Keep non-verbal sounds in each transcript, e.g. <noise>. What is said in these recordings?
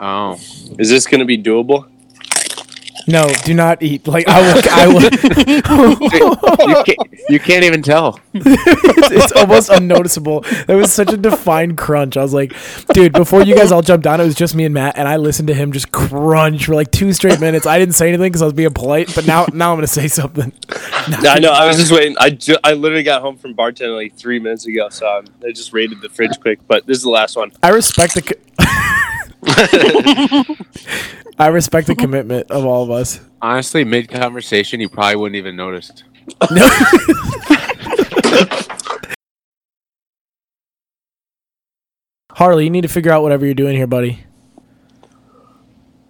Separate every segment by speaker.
Speaker 1: Oh, is this going to be doable?
Speaker 2: No, do not eat. Like I will. I will. <laughs>
Speaker 1: you, can't, you can't even tell.
Speaker 2: it's, it's almost unnoticeable. That was such a defined crunch. I was like, dude, before you guys all jumped on, it was just me and Matt, and I listened to him just crunch for like two straight minutes. I didn't say anything because I was being polite, but now now I'm gonna say something.
Speaker 1: No, I know. I was just waiting. I, ju- I literally got home from bartending like three minutes ago, so I'm, I just raided the fridge quick. But this is the last one.
Speaker 2: I respect the. Co- <laughs> I respect the commitment of all of us.
Speaker 3: Honestly, mid conversation, you probably wouldn't even notice.
Speaker 2: No. Harley, you need to figure out whatever you're doing here, buddy.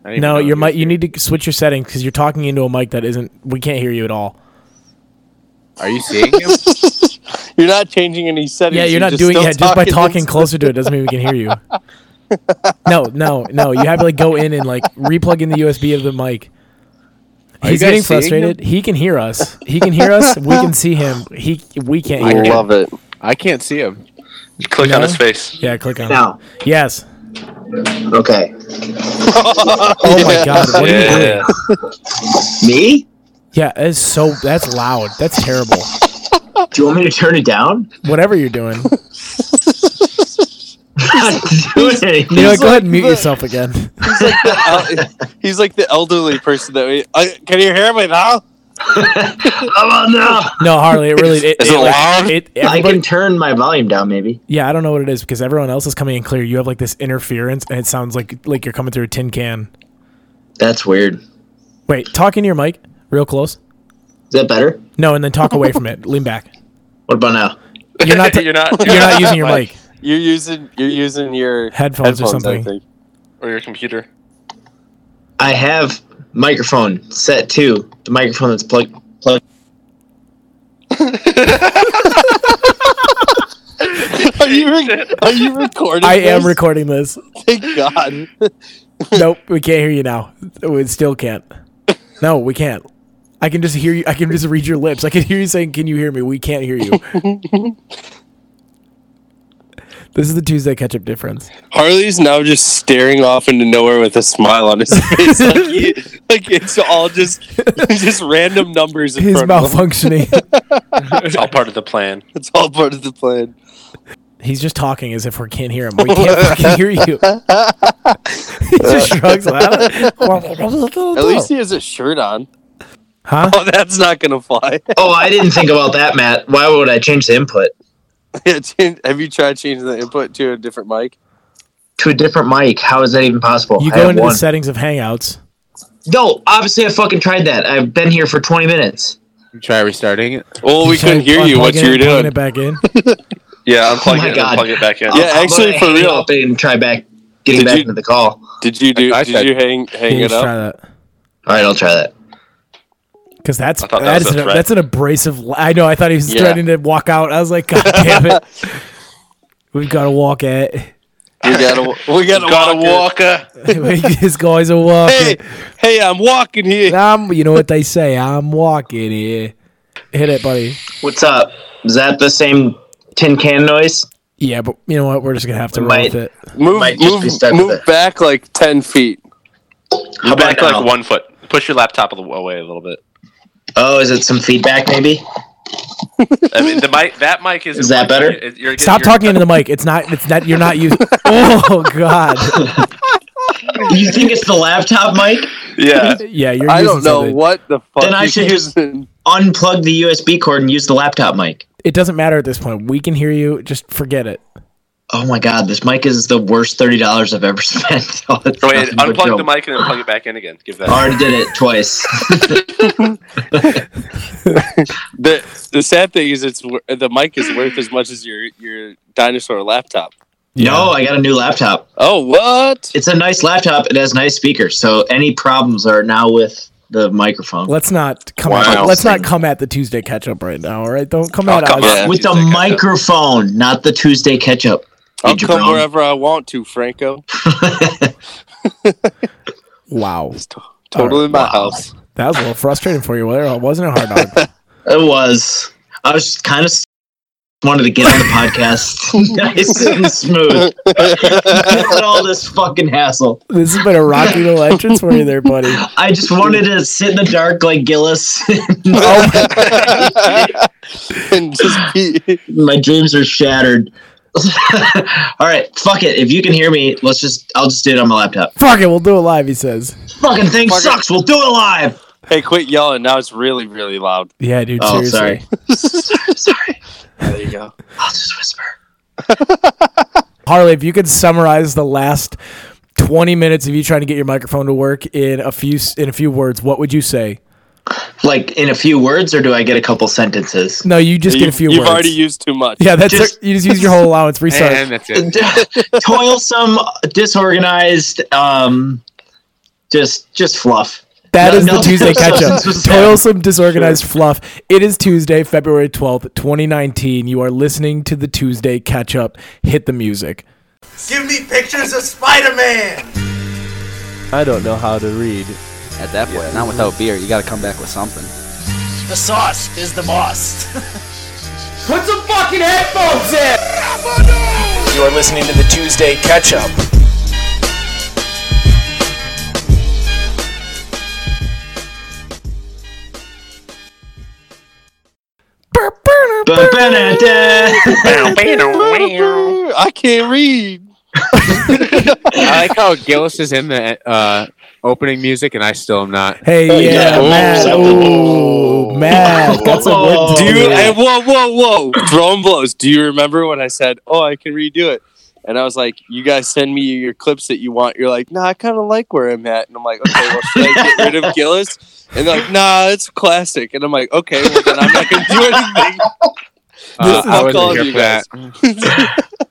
Speaker 2: No, your mic. You need to switch your settings because you're talking into a mic that isn't. We can't hear you at all.
Speaker 3: Are you seeing him?
Speaker 1: You're not changing any settings.
Speaker 2: Yeah, you're not
Speaker 1: just
Speaker 2: doing
Speaker 1: still
Speaker 2: it just by
Speaker 1: <laughs>
Speaker 2: talking
Speaker 1: into-
Speaker 2: closer to it doesn't mean we can
Speaker 3: <laughs>
Speaker 2: hear you. No, no, no. You have to like go in and like replug in the USB of the mic.
Speaker 3: Are you guys
Speaker 2: He's getting
Speaker 3: seeing
Speaker 2: frustrated. He can hear us. He can hear us. We can see him. He we can't
Speaker 1: I
Speaker 2: hear him.
Speaker 1: love it.
Speaker 3: I can't see him.
Speaker 4: Click
Speaker 2: No.
Speaker 4: on his face.
Speaker 2: Yeah, click on. it.
Speaker 5: Now,
Speaker 2: Yes.
Speaker 5: okay.
Speaker 2: Oh my god. What are you doing?
Speaker 4: Yeah.
Speaker 5: Me?
Speaker 2: Yeah, it's so that's loud. That's terrible.
Speaker 5: Do you want me to turn it down? <laughs>
Speaker 2: Whatever you're doing.
Speaker 1: <laughs>
Speaker 5: I'm not doing anything.
Speaker 2: You know,
Speaker 1: He's
Speaker 2: what, go ahead
Speaker 1: like
Speaker 2: and mute
Speaker 1: the-
Speaker 2: yourself again.
Speaker 1: He's like the, el- Uh, he's like the elderly person that we. I, can you hear me now?
Speaker 5: oh no!
Speaker 1: <laughs>
Speaker 2: No, Harley, it really it,
Speaker 4: Is it loud?
Speaker 2: it
Speaker 5: I
Speaker 2: everybody
Speaker 5: can turn my volume down, maybe.
Speaker 2: Yeah, I don't know what it is because everyone else is coming in clear. You have like this interference, and it sounds like like you're coming through a tin can.
Speaker 5: That's weird. Is
Speaker 2: Wait, talk into your mic, real close.
Speaker 5: that better?
Speaker 2: No, and then talk away from it. Lean back.
Speaker 5: What about now?
Speaker 1: <laughs>
Speaker 2: You're not.
Speaker 4: you're not.
Speaker 2: you're not using your mic.
Speaker 1: You're using you're using your
Speaker 2: Headphones or something.
Speaker 1: I think.
Speaker 4: Or your computer.
Speaker 5: I have microphone set to the microphone that's plugged. plugged.
Speaker 1: <laughs> Are you
Speaker 4: <laughs>
Speaker 1: re- are you recording?
Speaker 2: I am
Speaker 1: this?
Speaker 2: recording this.
Speaker 1: Thank God.
Speaker 2: Nope, we can't hear you now. We still can't. No, we can't. I can just hear you. I can just read your lips. I can hear you saying, "Can you hear me?" We can't hear you. this is the Tuesday catch-up difference.
Speaker 1: Harley's now just staring off into nowhere with a smile on his face, like, he, like it's all just <laughs> just random numbers in
Speaker 2: He's
Speaker 1: front of him.
Speaker 2: malfunctioning.
Speaker 4: It's all part of the plan.
Speaker 1: It's all part of the plan.
Speaker 2: He's just talking as if we can't hear him. We can't
Speaker 1: <laughs>
Speaker 2: fucking hear you. <laughs> he just shrugs loud.
Speaker 1: At least he has a shirt on.
Speaker 2: huh?
Speaker 1: Oh, that's not gonna fly. <laughs>
Speaker 5: Oh, I didn't think about that, Matt. Why would I change the input
Speaker 1: Have you tried changing the input to a different mic?
Speaker 5: to a different mic? How is that even possible?
Speaker 2: You
Speaker 5: I have
Speaker 2: go into the
Speaker 5: one.
Speaker 2: settings of Hangouts.
Speaker 5: No, obviously I fucking tried that. I've been here for 20 minutes.
Speaker 3: Try restarting it.
Speaker 1: Well, we
Speaker 2: Just
Speaker 1: couldn't
Speaker 2: like
Speaker 1: hear you.
Speaker 2: unplug
Speaker 1: What
Speaker 2: it
Speaker 1: you were
Speaker 2: and plugging
Speaker 1: doing?
Speaker 2: It back in.
Speaker 4: Yeah,
Speaker 5: Oh
Speaker 4: unplug
Speaker 5: my
Speaker 4: it
Speaker 5: God.
Speaker 4: and plug it back in.
Speaker 1: Yeah,
Speaker 5: I'm
Speaker 1: actually,
Speaker 5: gonna
Speaker 1: for
Speaker 5: hang
Speaker 1: real.
Speaker 5: up and try back getting
Speaker 1: Did
Speaker 5: back
Speaker 1: you-
Speaker 5: into the call.
Speaker 1: Did you do?
Speaker 3: I
Speaker 1: Did
Speaker 3: said-
Speaker 1: you hang hang
Speaker 2: Yeah,
Speaker 1: it
Speaker 2: just
Speaker 1: up?
Speaker 2: try that.
Speaker 5: All right, I'll try that.
Speaker 2: Because that's
Speaker 4: I thought that
Speaker 2: that
Speaker 4: was
Speaker 2: is
Speaker 4: a
Speaker 2: an,
Speaker 4: threat.
Speaker 2: that's an abrasive. la- I know. I thought he was
Speaker 1: Yeah.
Speaker 2: threatening to walk out. I was
Speaker 1: <laughs>
Speaker 2: like, God damn it. We've got to walk it. <laughs>
Speaker 1: We gotta, we gotta,
Speaker 4: Got a
Speaker 1: walk. walk.
Speaker 4: walker.
Speaker 2: this guy's a
Speaker 1: Hey,
Speaker 2: walking.
Speaker 1: hey, I'm walking here.
Speaker 2: I'm, you know what they say. I'm walking here. Hit it, buddy.
Speaker 5: What's up? Is that the same tin can noise?
Speaker 2: Yeah, but you know what? We're just gonna have to
Speaker 5: We
Speaker 2: roll
Speaker 5: might-
Speaker 2: with it.
Speaker 1: Move,
Speaker 5: Might just be
Speaker 1: move,
Speaker 5: stuck with
Speaker 1: move
Speaker 5: it.
Speaker 1: back like ten feet.
Speaker 5: How
Speaker 4: You're
Speaker 5: about
Speaker 4: back like
Speaker 5: now?
Speaker 4: one foot. Push your laptop a little- away a little bit.
Speaker 5: Oh, is it some feedback maybe?
Speaker 4: I mean, the mic. That mic is.
Speaker 5: Is that better?
Speaker 4: You're, you're,
Speaker 2: Stop
Speaker 4: you're-
Speaker 2: talking into the mic. It's not. It's not. You're not using. oh God.
Speaker 5: You think it's the laptop mic?
Speaker 4: <laughs> Yeah.
Speaker 2: Yeah, you're.
Speaker 1: I
Speaker 2: using
Speaker 1: don't know
Speaker 2: something.
Speaker 1: what the fuck.
Speaker 5: Then I
Speaker 1: you
Speaker 5: should
Speaker 1: keep
Speaker 5: just-
Speaker 1: doing.
Speaker 5: Unplug the USB cord and use the laptop mic.
Speaker 2: It doesn't matter at this point. We can hear you. Just forget it.
Speaker 5: Oh my god, this mic is the worst thirty dollars I've ever <laughs> spent. Oh, it's
Speaker 4: Wait.
Speaker 5: nothing but
Speaker 4: Unplug the
Speaker 5: joke.
Speaker 4: mic and then plug it back in again. Give that.
Speaker 5: Already did it twice. <laughs>
Speaker 1: the the sad thing is it's wor- the mic is worth as much as your your dinosaur laptop.
Speaker 5: No, I got a new laptop.
Speaker 1: Oh what?
Speaker 5: It's a nice laptop. It has nice speakers, so any problems are now with the microphone.
Speaker 2: Let's not come.
Speaker 4: Wow.
Speaker 2: At, let's not come at the Tuesday catch up right now. All right. Don't come
Speaker 4: Oh,
Speaker 2: at
Speaker 4: come
Speaker 2: us.
Speaker 4: on.
Speaker 5: with the
Speaker 4: Tuesday catch-up.
Speaker 5: microphone, not the Tuesday catch up.
Speaker 1: I'll
Speaker 5: Did you
Speaker 1: come
Speaker 5: brown?
Speaker 1: wherever I want to, Franco.
Speaker 2: Wow.
Speaker 1: It's to- totally in my house. <laughs>
Speaker 2: That was a little frustrating for you, wasn't it, wasn't it, hard dog?
Speaker 5: It was. I was kind of wanted to get on the
Speaker 1: <laughs>
Speaker 5: podcast <laughs> nice and smooth. Without all this fucking hassle.
Speaker 2: This has been a rocky election for you there,
Speaker 5: <laughs>
Speaker 2: buddy.
Speaker 5: I just wanted to sit in the dark like Gillis. <laughs>
Speaker 2: Oh,
Speaker 1: and just be,
Speaker 5: My dreams are shattered. <laughs> all right, fuck it. If you can hear me, let's just I'll just do it on my laptop.
Speaker 2: Fuck it, we'll do it live, he says.
Speaker 5: Fucking thing
Speaker 1: Fuck it.
Speaker 5: sucks. We'll do it live.
Speaker 1: hey, quit yelling! Now it's really, really loud.
Speaker 2: Yeah, dude,
Speaker 5: Oh,
Speaker 2: seriously.
Speaker 5: sorry. <laughs> Sorry.
Speaker 1: There you go.
Speaker 5: I'll just whisper.
Speaker 2: Harley, if you could summarize the last 20 minutes of you trying to get your microphone to work in a few s- in a few words, what would you say?
Speaker 5: Like in a few words, or do I get a couple sentences?
Speaker 2: No, you just
Speaker 1: you,
Speaker 2: get a few
Speaker 1: have
Speaker 2: words.
Speaker 1: already used too much.
Speaker 2: yeah, that's
Speaker 5: Just-
Speaker 2: it. you just use your whole allowance. Restart.
Speaker 3: And that's it.
Speaker 5: <laughs> Toilsome, disorganized, um, just just fluff.
Speaker 2: That
Speaker 5: No-
Speaker 2: is
Speaker 5: no
Speaker 2: the Tuesday catch up.
Speaker 5: substance was said.
Speaker 2: Toilsome, disorganized fluff. It is Tuesday, February 12th, 2019. You are listening to the Tuesday catch up. Hit the music.
Speaker 6: Give me pictures of Spider-Man.
Speaker 7: I don't know how to read. At that point, not without beer. You got to come back with something.
Speaker 6: The sauce is the boss.
Speaker 8: You are listening to the Tuesday Catch Up.
Speaker 1: <laughs>
Speaker 5: Ba-ba-da-da.
Speaker 1: <laughs> I can't read.
Speaker 3: I like how Gillis is in the uh, opening music and I still am not.
Speaker 2: Hey, yeah,
Speaker 5: yeah.
Speaker 2: Matt.
Speaker 5: Oh.
Speaker 2: Oh, Matt. That's a word.
Speaker 1: Do
Speaker 5: Oh,
Speaker 1: you?
Speaker 5: yeah.
Speaker 1: And whoa, whoa, whoa! Drone blows. Do you remember when I said, "Oh, I can redo it"? And I was like, "You guys send me your clips that you want." You're like, "Nah, I kind of like where I'm at." And I'm like, "Okay, well, should I get
Speaker 5: <laughs>
Speaker 1: rid of Gillis?" And they're like, "Nah, it's classic." And I'm like, "Okay, well then I'm not gonna do
Speaker 5: <laughs>
Speaker 1: anything."
Speaker 3: Uh,
Speaker 1: This
Speaker 3: I
Speaker 1: is all
Speaker 3: wasn't here
Speaker 1: you
Speaker 3: for that.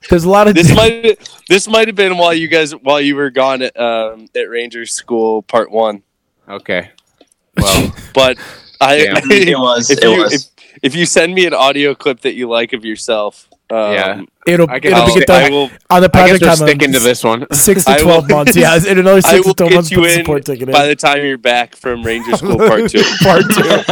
Speaker 2: There's a lot of.
Speaker 1: This might this might have been while you guys while you were gone at, um, at Ranger School Part One,
Speaker 3: Okay.
Speaker 5: <laughs>
Speaker 3: Well,
Speaker 1: but I,
Speaker 3: Yeah.
Speaker 5: it was.
Speaker 1: <laughs> if
Speaker 5: It
Speaker 1: you,
Speaker 5: was.
Speaker 1: If, if you send me an audio clip that you like of yourself, um,
Speaker 3: Yeah.
Speaker 2: <laughs> it'll
Speaker 3: I guess
Speaker 2: it'll
Speaker 1: I'll-
Speaker 2: be get
Speaker 1: I
Speaker 2: done
Speaker 1: will.
Speaker 3: I
Speaker 2: on the
Speaker 3: guess
Speaker 2: project
Speaker 3: we're
Speaker 2: timeline.
Speaker 3: sticking to this one.
Speaker 2: Six to
Speaker 1: I will-
Speaker 2: twelve months. Yeah, in another
Speaker 1: <laughs> I
Speaker 2: six
Speaker 1: will
Speaker 2: to twelve months.
Speaker 1: get you
Speaker 2: Put the
Speaker 1: in
Speaker 2: support ticket eh? in.
Speaker 1: by the time you're back from Ranger School Part <laughs> Two.
Speaker 2: <laughs> Part two.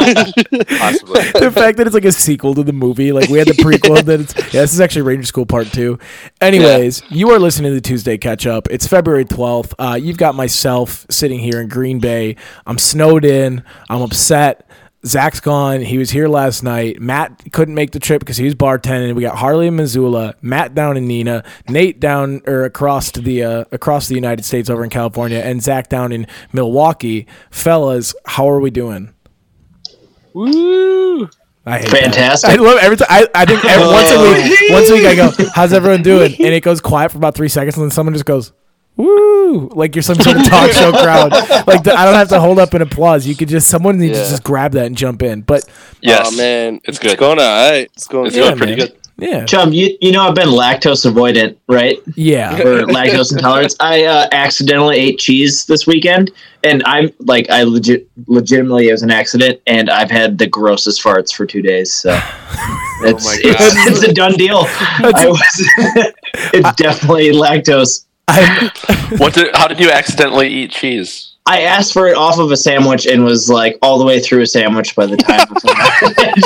Speaker 3: Possibly.
Speaker 2: <laughs> the fact that it's like a sequel to the movie, like we had the prequel. That it's yeah, this is actually Ranger School Part Two. Anyways, you are listening to the Tuesday catch up. It's February twelfth. Uh, you've got myself sitting here in Green Bay. I'm snowed in. I'm upset. Zach's gone. He was here last night. Matt couldn't make the trip because he was bartending. We got Harley in Missoula, Matt down in Nina, Nate down or across to the uh, across the United States over in California, and Zach down in Milwaukee. Fellas, how are we doing? I hate that.
Speaker 5: Fantastic. Oh.
Speaker 2: I love every time. I, I think every, once a
Speaker 5: <laughs>
Speaker 2: week, once a week I go, "How's everyone doing?" And it goes quiet for about three seconds, and then someone just goes, "Woo!" Like you're some sort of talk show crowd. Like the, I don't have to hold up an applause. You could just someone needs
Speaker 1: Yeah.
Speaker 2: to just grab that and jump in. But
Speaker 4: Yes.
Speaker 1: oh, man,
Speaker 4: It's good.
Speaker 1: It's going all right. It's going.
Speaker 4: It's
Speaker 2: yeah,
Speaker 1: good.
Speaker 4: doing pretty
Speaker 2: man.
Speaker 4: good.
Speaker 2: yeah,
Speaker 5: Chum, you, you know I've been lactose avoidant, right?
Speaker 2: yeah.
Speaker 5: Or lactose intolerance. I uh, accidentally ate cheese this weekend, and I'm like, I legit, legitimately it was an accident, and I've had the grossest farts for two days. So
Speaker 2: <laughs>
Speaker 5: it's
Speaker 2: Oh
Speaker 3: my God.
Speaker 5: it's, it's a done deal. I was, <laughs> it's definitely lactose.
Speaker 2: I'm,
Speaker 4: What did, how did you accidentally eat cheese?
Speaker 5: I asked for it off of a sandwich and was like all the way through a sandwich by the time.
Speaker 2: <laughs>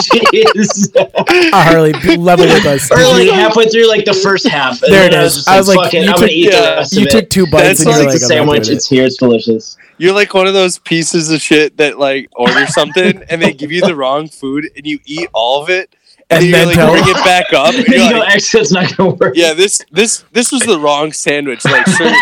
Speaker 5: Jeez.
Speaker 2: uh, Harley, be level with us.
Speaker 5: or like halfway through like the first half. and
Speaker 2: There it
Speaker 5: then
Speaker 2: is.
Speaker 5: just
Speaker 2: I was like,
Speaker 5: "Fuck
Speaker 2: you
Speaker 5: it, I'm gonna
Speaker 2: took-
Speaker 5: eat the
Speaker 1: yeah,
Speaker 5: rest
Speaker 2: You
Speaker 5: of it.
Speaker 2: took two bites
Speaker 1: That's
Speaker 2: and you're
Speaker 1: like
Speaker 2: like,
Speaker 5: it's a
Speaker 2: "I'm not
Speaker 5: sandwich.
Speaker 2: doing it."
Speaker 5: It's here. It's delicious.
Speaker 1: You're like one of those pieces of shit that like order something <laughs> and they give you the wrong food and you eat all of it and, then
Speaker 2: And then
Speaker 1: you like
Speaker 2: tell-
Speaker 1: bring it back up. And
Speaker 5: you <laughs>
Speaker 1: you're
Speaker 5: know,
Speaker 1: like,
Speaker 5: actually, it's not gonna work.
Speaker 1: yeah, this this this was the wrong sandwich. Like, <laughs> sir,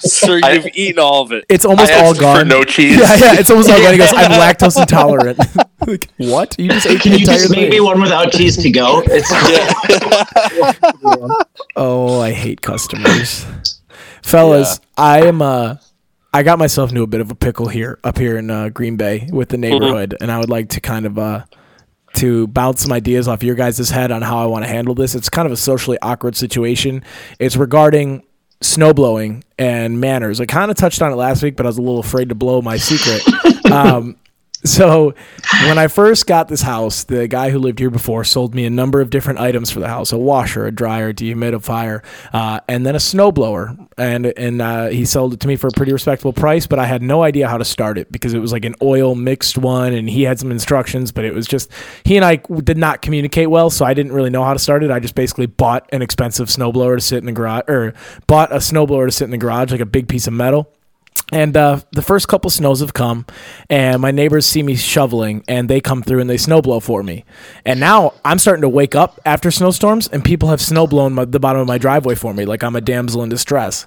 Speaker 1: sir,
Speaker 4: I-
Speaker 1: you've eaten all of it.
Speaker 2: It's almost
Speaker 4: I
Speaker 2: all
Speaker 4: asked
Speaker 2: gone. <laughs>
Speaker 4: for no cheese.
Speaker 2: yeah, yeah, it's almost all gone. He goes,
Speaker 5: <laughs>
Speaker 2: "I'm lactose intolerant." <laughs> like, what? You just ate
Speaker 5: Can
Speaker 2: the
Speaker 5: you
Speaker 2: entire
Speaker 5: just make
Speaker 2: thing.
Speaker 5: me one without cheese to go? It's
Speaker 1: Yeah.
Speaker 2: Oh, I hate customers. <laughs> Fellas, I am uh I got myself into a bit of a pickle here up here in uh, Green Bay with the neighborhood and I would like to kind of uh to bounce some ideas off your guys' head on how I want to handle this. It's kind of a socially awkward situation. It's regarding snowblowing and manners. I kind of touched on it last week, but I was a little afraid to blow my secret. um So when I first got this house, the guy who lived here before sold me a number of different items for the house: a washer, a dryer, a dehumidifier, uh, and then a snowblower. And and uh, he sold it to me for a pretty respectable price, but I had no idea how to start it because it was like an oil mixed one, and he had some instructions, but it was just he and I did not communicate well, so I didn't really know how to start it. I just basically bought an expensive snowblower to sit in the garage, or bought a snowblower to sit in the garage, like a big piece of metal. And uh, the first couple snows have come, and my neighbors see me shoveling, and they come through and they snowblow for me. And now I'm starting to wake up after snowstorms, and people have snowblown my, the bottom of my driveway for me, like I'm a damsel in distress.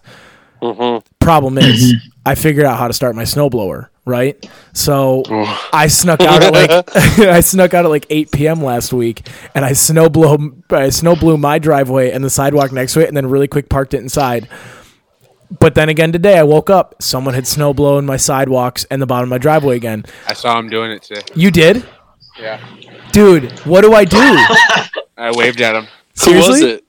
Speaker 2: Problem is, I figured out how to start my snowblower, right? So I snuck out at like <laughs> I snuck out at like 8 p.m. last week, and I snowblow I snowblew my driveway and the sidewalk next to it, and then really quick parked it inside. But then again today, I woke up. Someone had snow blown my sidewalks and the bottom of my driveway again.
Speaker 3: I saw him doing it today.
Speaker 2: You did,
Speaker 3: Yeah.
Speaker 2: dude. What do
Speaker 3: <laughs>
Speaker 2: I do?
Speaker 3: I waved at him.
Speaker 1: Who was
Speaker 2: <laughs> Seriously?
Speaker 1: it?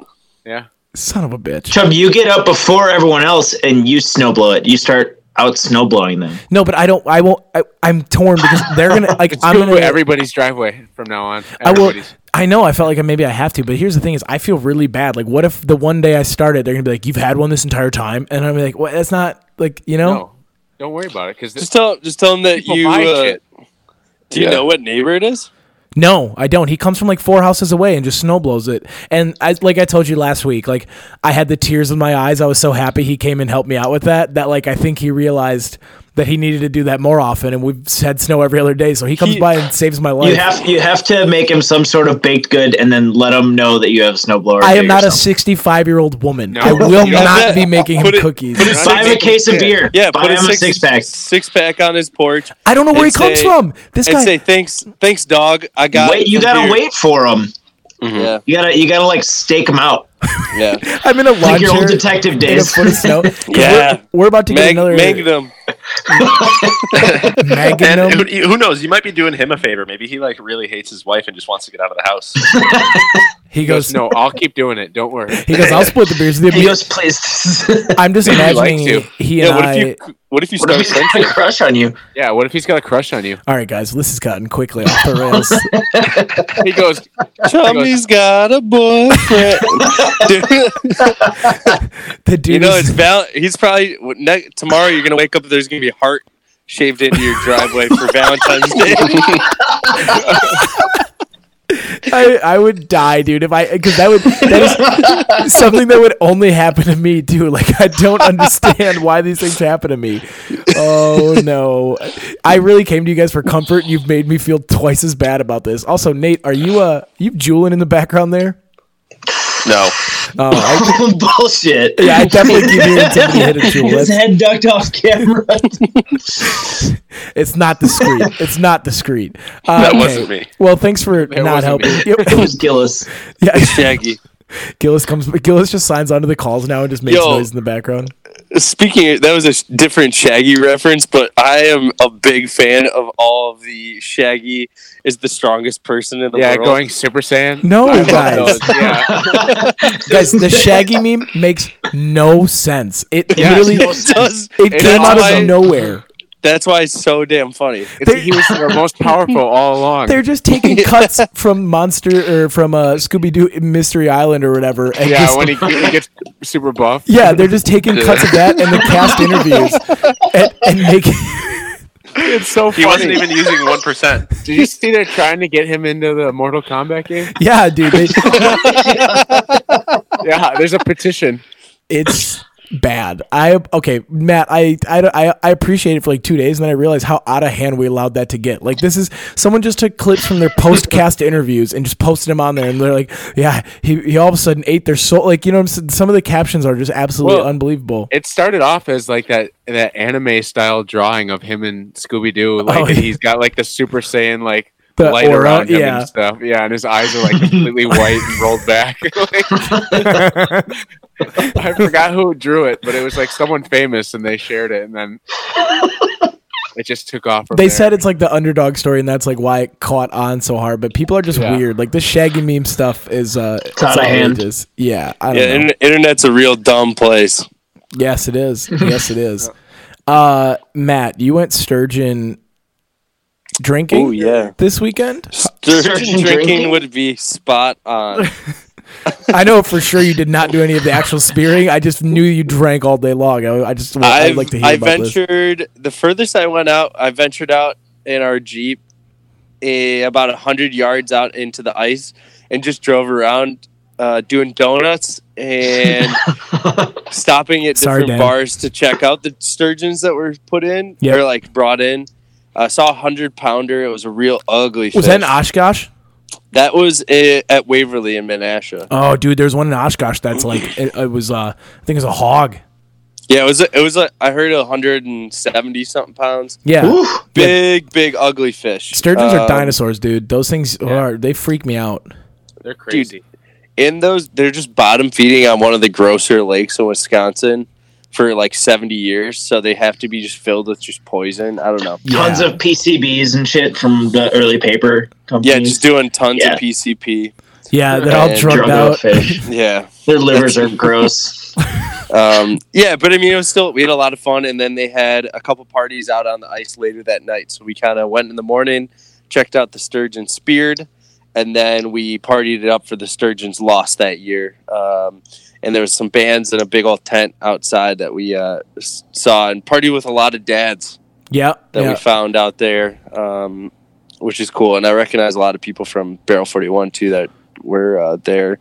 Speaker 3: Yeah.
Speaker 2: Son of a bitch.
Speaker 5: Chub, you get up before everyone else and you snowblow it. You start out snowblowing them.
Speaker 2: No, but I don't. I won't. I, I'm torn because they're gonna like.
Speaker 3: It's
Speaker 2: I'm
Speaker 3: I'm
Speaker 2: gonna.
Speaker 3: everybody's driveway from now on.
Speaker 2: I will.
Speaker 3: Everybody's.
Speaker 2: I know. I felt like maybe I have to, but here's the thing: is I feel really bad. Like, what if the one day I started, they're gonna be like, "You've had one this entire time," and I'm gonna be like, "What? That's not like you know."
Speaker 3: No. Don't worry about it because
Speaker 1: Just tell just tell him that
Speaker 3: People
Speaker 1: you.
Speaker 3: buy
Speaker 1: Uh,
Speaker 3: shit.
Speaker 1: do you
Speaker 4: Yeah.
Speaker 1: know what neighbor it is?
Speaker 2: No, I don't. He comes from like four houses away and just snowblows it. And I, like I told you last week, like I had the tears in my eyes. I was so happy he came and helped me out with that. That like I think he realized that he needed to do that more often. And we've had snow every other day, so he comes
Speaker 1: He-
Speaker 2: by and saves my life.
Speaker 5: You have you have to make him some sort of baked good and then let him know that you have a snowblower.
Speaker 2: I
Speaker 5: do
Speaker 2: am not a
Speaker 5: yourself.
Speaker 2: sixty-five-year-old woman.
Speaker 3: No,
Speaker 2: I
Speaker 3: you
Speaker 2: will
Speaker 3: don't.
Speaker 2: not
Speaker 1: Yeah.
Speaker 2: be making him
Speaker 1: Put it-
Speaker 2: cookies.
Speaker 1: put it-
Speaker 5: Buy him a
Speaker 1: six-
Speaker 5: case of beer.
Speaker 1: Yeah,
Speaker 5: buy
Speaker 1: put
Speaker 5: him a
Speaker 1: six,
Speaker 5: six pack.
Speaker 1: Six pack on his porch.
Speaker 2: I don't know where he
Speaker 1: and
Speaker 2: comes
Speaker 1: say-
Speaker 2: from. This
Speaker 1: and
Speaker 2: guy.
Speaker 1: say thanks, thanks, dog. I got.
Speaker 5: Wait,
Speaker 1: it
Speaker 5: you
Speaker 1: from
Speaker 5: gotta
Speaker 1: here."
Speaker 5: wait for him.
Speaker 1: Yeah,
Speaker 5: You gotta you gotta like stake him out.
Speaker 2: <laughs>
Speaker 1: yeah,
Speaker 2: I'm in a lawn
Speaker 5: Like your
Speaker 2: chair
Speaker 5: old detective
Speaker 2: in a
Speaker 5: days.
Speaker 2: foot of snow. 'Cause
Speaker 1: yeah.
Speaker 2: We're, we're about to get
Speaker 1: Mag-
Speaker 2: another
Speaker 1: Magnum.
Speaker 2: Magnum.
Speaker 4: And who, who knows? You might be doing him a favor. Maybe he like really hates his wife and just wants to get out of the house.
Speaker 2: <laughs> He
Speaker 3: he goes,
Speaker 2: goes.
Speaker 3: "No, I'll keep doing it. Don't worry."
Speaker 2: He goes. I'll split the beers.
Speaker 1: <laughs>
Speaker 2: with you."
Speaker 5: <laughs> he goes, please. <laughs>
Speaker 2: I'm just
Speaker 3: Maybe you'd like
Speaker 2: imagining
Speaker 3: to.
Speaker 2: he and
Speaker 1: Yeah. What
Speaker 2: I.
Speaker 1: if you? What if you
Speaker 5: what
Speaker 1: start?
Speaker 5: if he's <laughs> got a
Speaker 1: friendship?
Speaker 5: crush on you?
Speaker 3: Yeah. What if he's got a crush on you?
Speaker 2: All right, guys, this has gotten quickly off the
Speaker 1: <laughs>
Speaker 2: rails.
Speaker 3: He <laughs> goes,
Speaker 1: Chummy's got a boyfriend.
Speaker 2: <laughs>
Speaker 1: Dude,
Speaker 2: The dude,
Speaker 1: you know
Speaker 2: is-
Speaker 1: it's val. He's probably ne- tomorrow. You're gonna wake up. There's gonna be a heart shaved into your driveway
Speaker 2: <laughs>
Speaker 1: for Valentine's Day.
Speaker 2: I, I would die, dude, if I because that would that is something that would only happen to me, dude. Like I don't understand why these things happen to me. Oh no, I really came to you guys for comfort. You've made me feel twice as bad about this. Also, Nate, are you uh you jeweling in the background there?
Speaker 4: no.
Speaker 2: Oh, I,
Speaker 5: Bullshit.
Speaker 2: yeah, I definitely keep hearing somebody hit a jewel.
Speaker 5: His
Speaker 2: That's-
Speaker 5: head ducked off camera.
Speaker 2: <laughs> It's not discreet. It's not discreet. Uh,
Speaker 4: That wasn't me.
Speaker 2: Well, thanks for not
Speaker 3: wasn't
Speaker 2: helping.
Speaker 3: me.
Speaker 5: it
Speaker 2: Yep. <laughs>
Speaker 5: was Gillis.
Speaker 2: yeah,
Speaker 1: Shaggy.
Speaker 2: Gillis comes. Gillis just signs onto the calls now and just makes
Speaker 1: Yo.
Speaker 2: noise in the background.
Speaker 1: Speaking, of, that was a sh- different Shaggy reference, but I am a big fan of all of the Shaggy is the strongest person in the
Speaker 3: "Yeah,
Speaker 1: world.
Speaker 3: going Super Saiyan."
Speaker 2: No,
Speaker 3: I love
Speaker 2: guys.
Speaker 3: those. Yeah.
Speaker 2: Guys,
Speaker 5: <laughs>
Speaker 2: the Shaggy meme makes no sense. It
Speaker 3: Yeah.
Speaker 2: literally
Speaker 5: It
Speaker 1: it does.
Speaker 2: it
Speaker 3: It
Speaker 2: came
Speaker 1: is.
Speaker 2: out
Speaker 1: I-
Speaker 2: of nowhere.
Speaker 1: That's why it's so damn funny.
Speaker 3: It's-
Speaker 2: They-
Speaker 3: he was the most powerful all along.
Speaker 2: They're
Speaker 3: <laughs>
Speaker 2: just taking cuts from Monster or from uh, Scooby Doo Mystery Island or whatever. And
Speaker 3: yeah,
Speaker 2: just-
Speaker 3: when he, when
Speaker 2: <laughs>
Speaker 3: he gets super buff.
Speaker 2: yeah, they're just taking cuts of that and the cast interviews and, and making.
Speaker 3: <laughs>
Speaker 2: <laughs>
Speaker 3: It's so
Speaker 4: He wasn't
Speaker 3: funny.
Speaker 4: even using one percent.
Speaker 3: Did you see they're trying to get him into the Mortal Kombat <laughs> game?
Speaker 2: Yeah, dude, they,
Speaker 3: Yeah, there's a petition.
Speaker 2: it's bad. I okay, Matt. I, I I I appreciate it for like two days, and then I realized how out of hand we allowed that to get. Like this is someone just took clips from their postcast <laughs> interviews and just posted them on there, and they're like, yeah, he, he all of a sudden ate their soul. Like you know, what I'm saying? some of the captions are just absolutely
Speaker 3: Well-
Speaker 2: unbelievable.
Speaker 3: It started off as like that that anime style drawing of him and Scooby Doo. Like
Speaker 2: Oh, yeah.
Speaker 3: he's got like the Super Saiyan like
Speaker 2: The
Speaker 3: light
Speaker 2: aura,
Speaker 3: around him
Speaker 2: yeah.
Speaker 3: and stuff. Yeah, and his eyes are like completely
Speaker 2: <laughs>
Speaker 3: white and rolled back. <laughs> Like- <laughs> I forgot who drew it, but it was like someone famous, and they shared it, and then it just took off. From
Speaker 2: They
Speaker 3: there.
Speaker 2: said it's like the underdog story, and that's like why it caught on so hard. But people are just
Speaker 3: Yeah.
Speaker 2: weird. Like this Shaggy meme stuff is uh, it's
Speaker 5: out of hand.
Speaker 2: outrageous. Yeah, I don't
Speaker 1: Yeah,
Speaker 2: know.
Speaker 1: inter- internet's a real dumb place.
Speaker 2: Yes, it is. Yes, it is. Uh, Matt, you went sturgeon drinking
Speaker 1: Oh yeah.
Speaker 2: this weekend?
Speaker 1: Sturgeon
Speaker 5: Sturgeon
Speaker 1: drinking,
Speaker 5: drinking?
Speaker 1: would be spot on.
Speaker 2: I know for sure you did not do any of the actual spearing. I just knew you drank all day long. I, I just would
Speaker 1: i
Speaker 2: like to hear
Speaker 1: I
Speaker 2: about this.
Speaker 1: ventured the furthest I went out. I ventured out in our jeep, eh, about hundred yards out into the ice, and just drove around uh, doing donuts
Speaker 2: <laughs>
Speaker 1: and stopping at
Speaker 2: Sorry,
Speaker 1: different
Speaker 2: Dan.
Speaker 1: bars to check out the sturgeons that were put in
Speaker 2: Yep.
Speaker 1: or like brought in. I saw a hundred pounder. It was a real ugly.
Speaker 2: Was
Speaker 1: fish.
Speaker 2: that in Oshkosh?
Speaker 1: That was eh, at Waverly in Menasha.
Speaker 2: Oh, dude, there's one in Oshkosh that's like it, it was. Uh, I think it was a hog.
Speaker 1: Yeah, it was. A, it was. A, I heard hundred and seventy something pounds.
Speaker 2: Yeah,
Speaker 1: Big, big, ugly fish.
Speaker 2: sturgeons are
Speaker 1: Um,
Speaker 2: dinosaurs, dude. Those things are. They freak me out.
Speaker 4: They're crazy.
Speaker 1: in those they're just bottom feeding on one of the grosser lakes in Wisconsin for like 70 years so they have to be just filled with just poison I don't know
Speaker 5: Tons
Speaker 2: Yeah.
Speaker 5: of PCBs and shit from the early paper companies.
Speaker 1: yeah just doing tons
Speaker 5: Yeah.
Speaker 1: of PCP
Speaker 2: Yeah, they're all
Speaker 1: And
Speaker 2: drugged
Speaker 5: Drunk
Speaker 2: out.
Speaker 5: fish.
Speaker 1: yeah
Speaker 5: Their livers are
Speaker 2: <laughs>
Speaker 5: gross.
Speaker 1: um, yeah but I mean it was still we had a lot of fun and then they had a couple parties out on the ice later that night so we kind of went in the morning checked out the sturgeon speared and then we partied it up for the sturgeons lost that year um, and there was some bands and a big old tent outside that we uh, s- saw and partied with a lot of dads
Speaker 2: Yeah,
Speaker 1: that we
Speaker 2: yeah.
Speaker 1: found out there, um, which is cool. And I recognize a lot of people from Barrel Forty One too that were uh, there.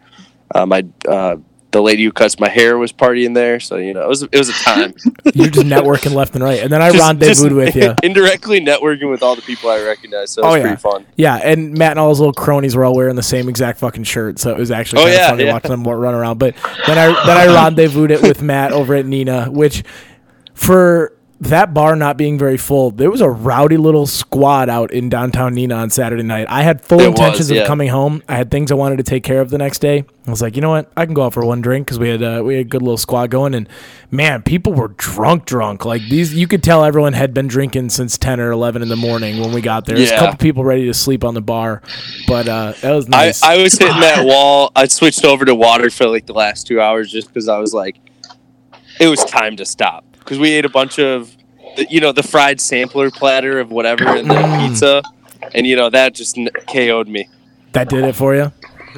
Speaker 1: Uh, my uh, the lady who cuts my hair was partying there, so you know it was it was a time.
Speaker 2: You're just networking left and right, and then <laughs> I
Speaker 1: Just-
Speaker 2: rendezvoused
Speaker 1: just
Speaker 2: with you.
Speaker 1: <laughs> indirectly networking with all the people I recognize. So it was
Speaker 2: Oh, yeah.
Speaker 1: pretty fun.
Speaker 2: Yeah, and Matt and all his little cronies were all wearing the same exact fucking shirt, so it was actually
Speaker 1: Oh,
Speaker 2: kind of
Speaker 1: yeah,
Speaker 2: fun to
Speaker 1: yeah.
Speaker 2: watch them wa- run around. But then I then I rendezvoused it with Matt over at Nina, which for that bar not being very full, there was a rowdy little squad out in downtown Nina on Saturday night. I had full
Speaker 1: There
Speaker 2: intentions
Speaker 1: was, yeah.
Speaker 2: of coming home. I had things I wanted to take care of the next day. I was like, you know what, I can go out for one drink because we had uh, we had a good little squad going, and man, people were drunk, drunk. Like these, you could tell everyone had been drinking since ten or eleven in the morning when we got there. There's a
Speaker 1: Yeah.
Speaker 2: couple people ready to sleep on the bar, but uh, that was nice.
Speaker 1: I, I was hitting
Speaker 2: <laughs>
Speaker 1: that wall. I switched over to water for like the last two hours just because I was like, it was time to stop because we ate a bunch of, the, you know, the fried sampler platter of whatever and
Speaker 2: Mm.
Speaker 1: then pizza, and you know that just n- KO'd
Speaker 2: <laughs>
Speaker 1: me.
Speaker 2: that did it for you.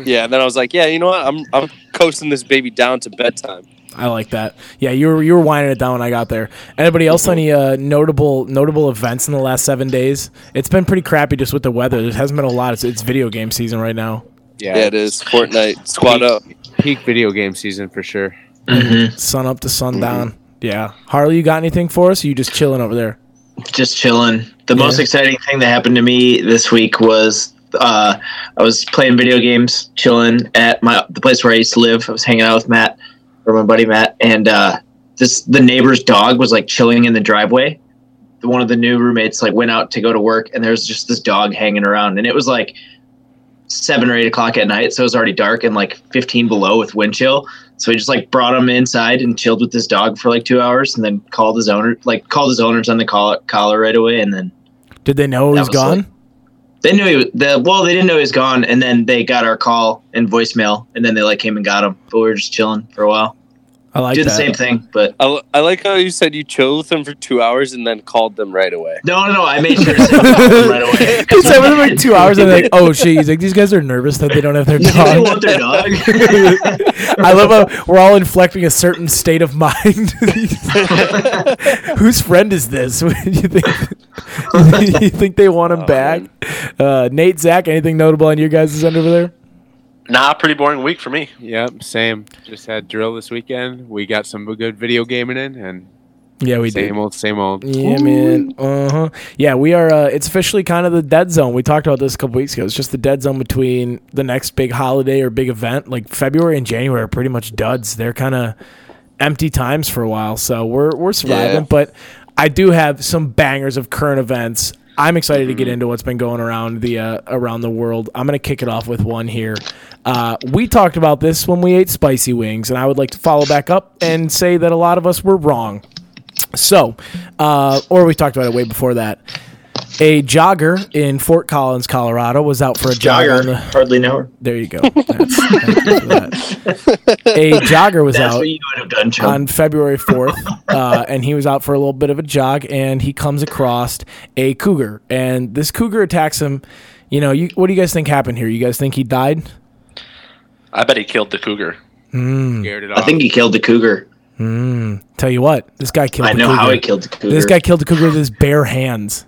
Speaker 1: Yeah, and then I was like, yeah, you know what? I'm I'm coasting this baby down to bedtime.
Speaker 2: I like that. Yeah, you were you were winding it down when I got there. Anybody else any uh, notable notable events in the last seven days? It's been pretty crappy just with the weather. There hasn't been a lot. It's, it's video game season right now.
Speaker 1: Yeah, it is Fortnite squad up.
Speaker 3: Peak video game season for sure.
Speaker 5: Mm-hmm.
Speaker 2: Sun up to sundown.
Speaker 1: Mm-hmm.
Speaker 2: Yeah, Harley, you got anything for us? Or you just chilling over there?
Speaker 5: just chilling. The most exciting thing that happened to me this week was uh, I was playing video games, chilling at my the place where I used to live. I was hanging out with Matt or my buddy Matt, and uh, this the neighbor's dog was like chilling in the driveway. One of the new roommates like went out to go to work, and there's just this dog hanging around, and it was like seven or eight o'clock at night, so it was already dark and like 15 below with wind chill. So he just like brought him inside and chilled with this dog for like two hours, and then called his owner, like called his owners on the collar, collar right away, and then
Speaker 2: Did they know it
Speaker 5: That
Speaker 2: was
Speaker 5: was
Speaker 2: gone?
Speaker 5: like- they knew he was the well, they didn't know he was gone, and then they got our call and voicemail, and then they like came and got him. But we were just chilling for a while,
Speaker 2: I like
Speaker 5: did
Speaker 2: that. <laughs>
Speaker 5: the same thing, <laughs> but.
Speaker 1: I, I like how you said you chilled with them for two hours and then called them right away.
Speaker 5: No, no, no! I made
Speaker 2: <laughs>
Speaker 5: sure to say right away.
Speaker 2: He said within like two hours, and like, oh shit, he's like, these guys are nervous that they don't have
Speaker 5: <laughs>
Speaker 2: their
Speaker 5: Do <laughs> they
Speaker 2: dog.
Speaker 5: want their dog?
Speaker 2: I love how we're all inflecting a certain state of mind. Whose friend is this? <laughs> you think you think they want him back? Uh, Nate, Zach, anything notable on your guys' end over there?
Speaker 4: <laughs> Nah, pretty boring week for me.
Speaker 3: Yep, same. Just had drill this weekend. We got some good video gaming in, and
Speaker 2: Yeah, we
Speaker 3: same old, same old.
Speaker 2: Yeah, man. Uh huh. Yeah, we are. Uh, it's officially kind of the dead zone. We talked about this a couple weeks ago. It's just the dead zone between the next big holiday or big event. Like February and January are pretty much duds. They're kind of empty times for a while. So we're we're surviving.
Speaker 1: Yeah.
Speaker 2: But I do have some bangers of current events. I'm excited to get into what's been going around the uh, around the world. I'm gonna kick it off with one here. Uh, we talked about this when we ate spicy wings, and I would like to follow back up and say that a lot of us were wrong. So, uh, or we talked about it way before that. A jogger in Fort Collins, Colorado, was out for a jog on
Speaker 5: <laughs> Jogger,
Speaker 2: the-
Speaker 5: hardly know her.
Speaker 2: There you go. That's- that's that. A jogger was
Speaker 5: That's
Speaker 2: out
Speaker 5: what you would have done, Chum.
Speaker 2: on February 4th, uh, and he was out for a little bit of a jog, and he comes across a cougar, and this cougar attacks him. You know, you, what do you guys think happened here? You guys think he died?
Speaker 4: I bet he killed the cougar.
Speaker 3: Scared it off.
Speaker 5: I think he killed the cougar.
Speaker 2: Hmm, Tell you what, this guy killed.
Speaker 5: I
Speaker 2: the
Speaker 5: know
Speaker 2: cougar.
Speaker 5: how he killed the cougar.
Speaker 2: This guy killed the cougar with his bare
Speaker 5: <laughs>
Speaker 2: hands.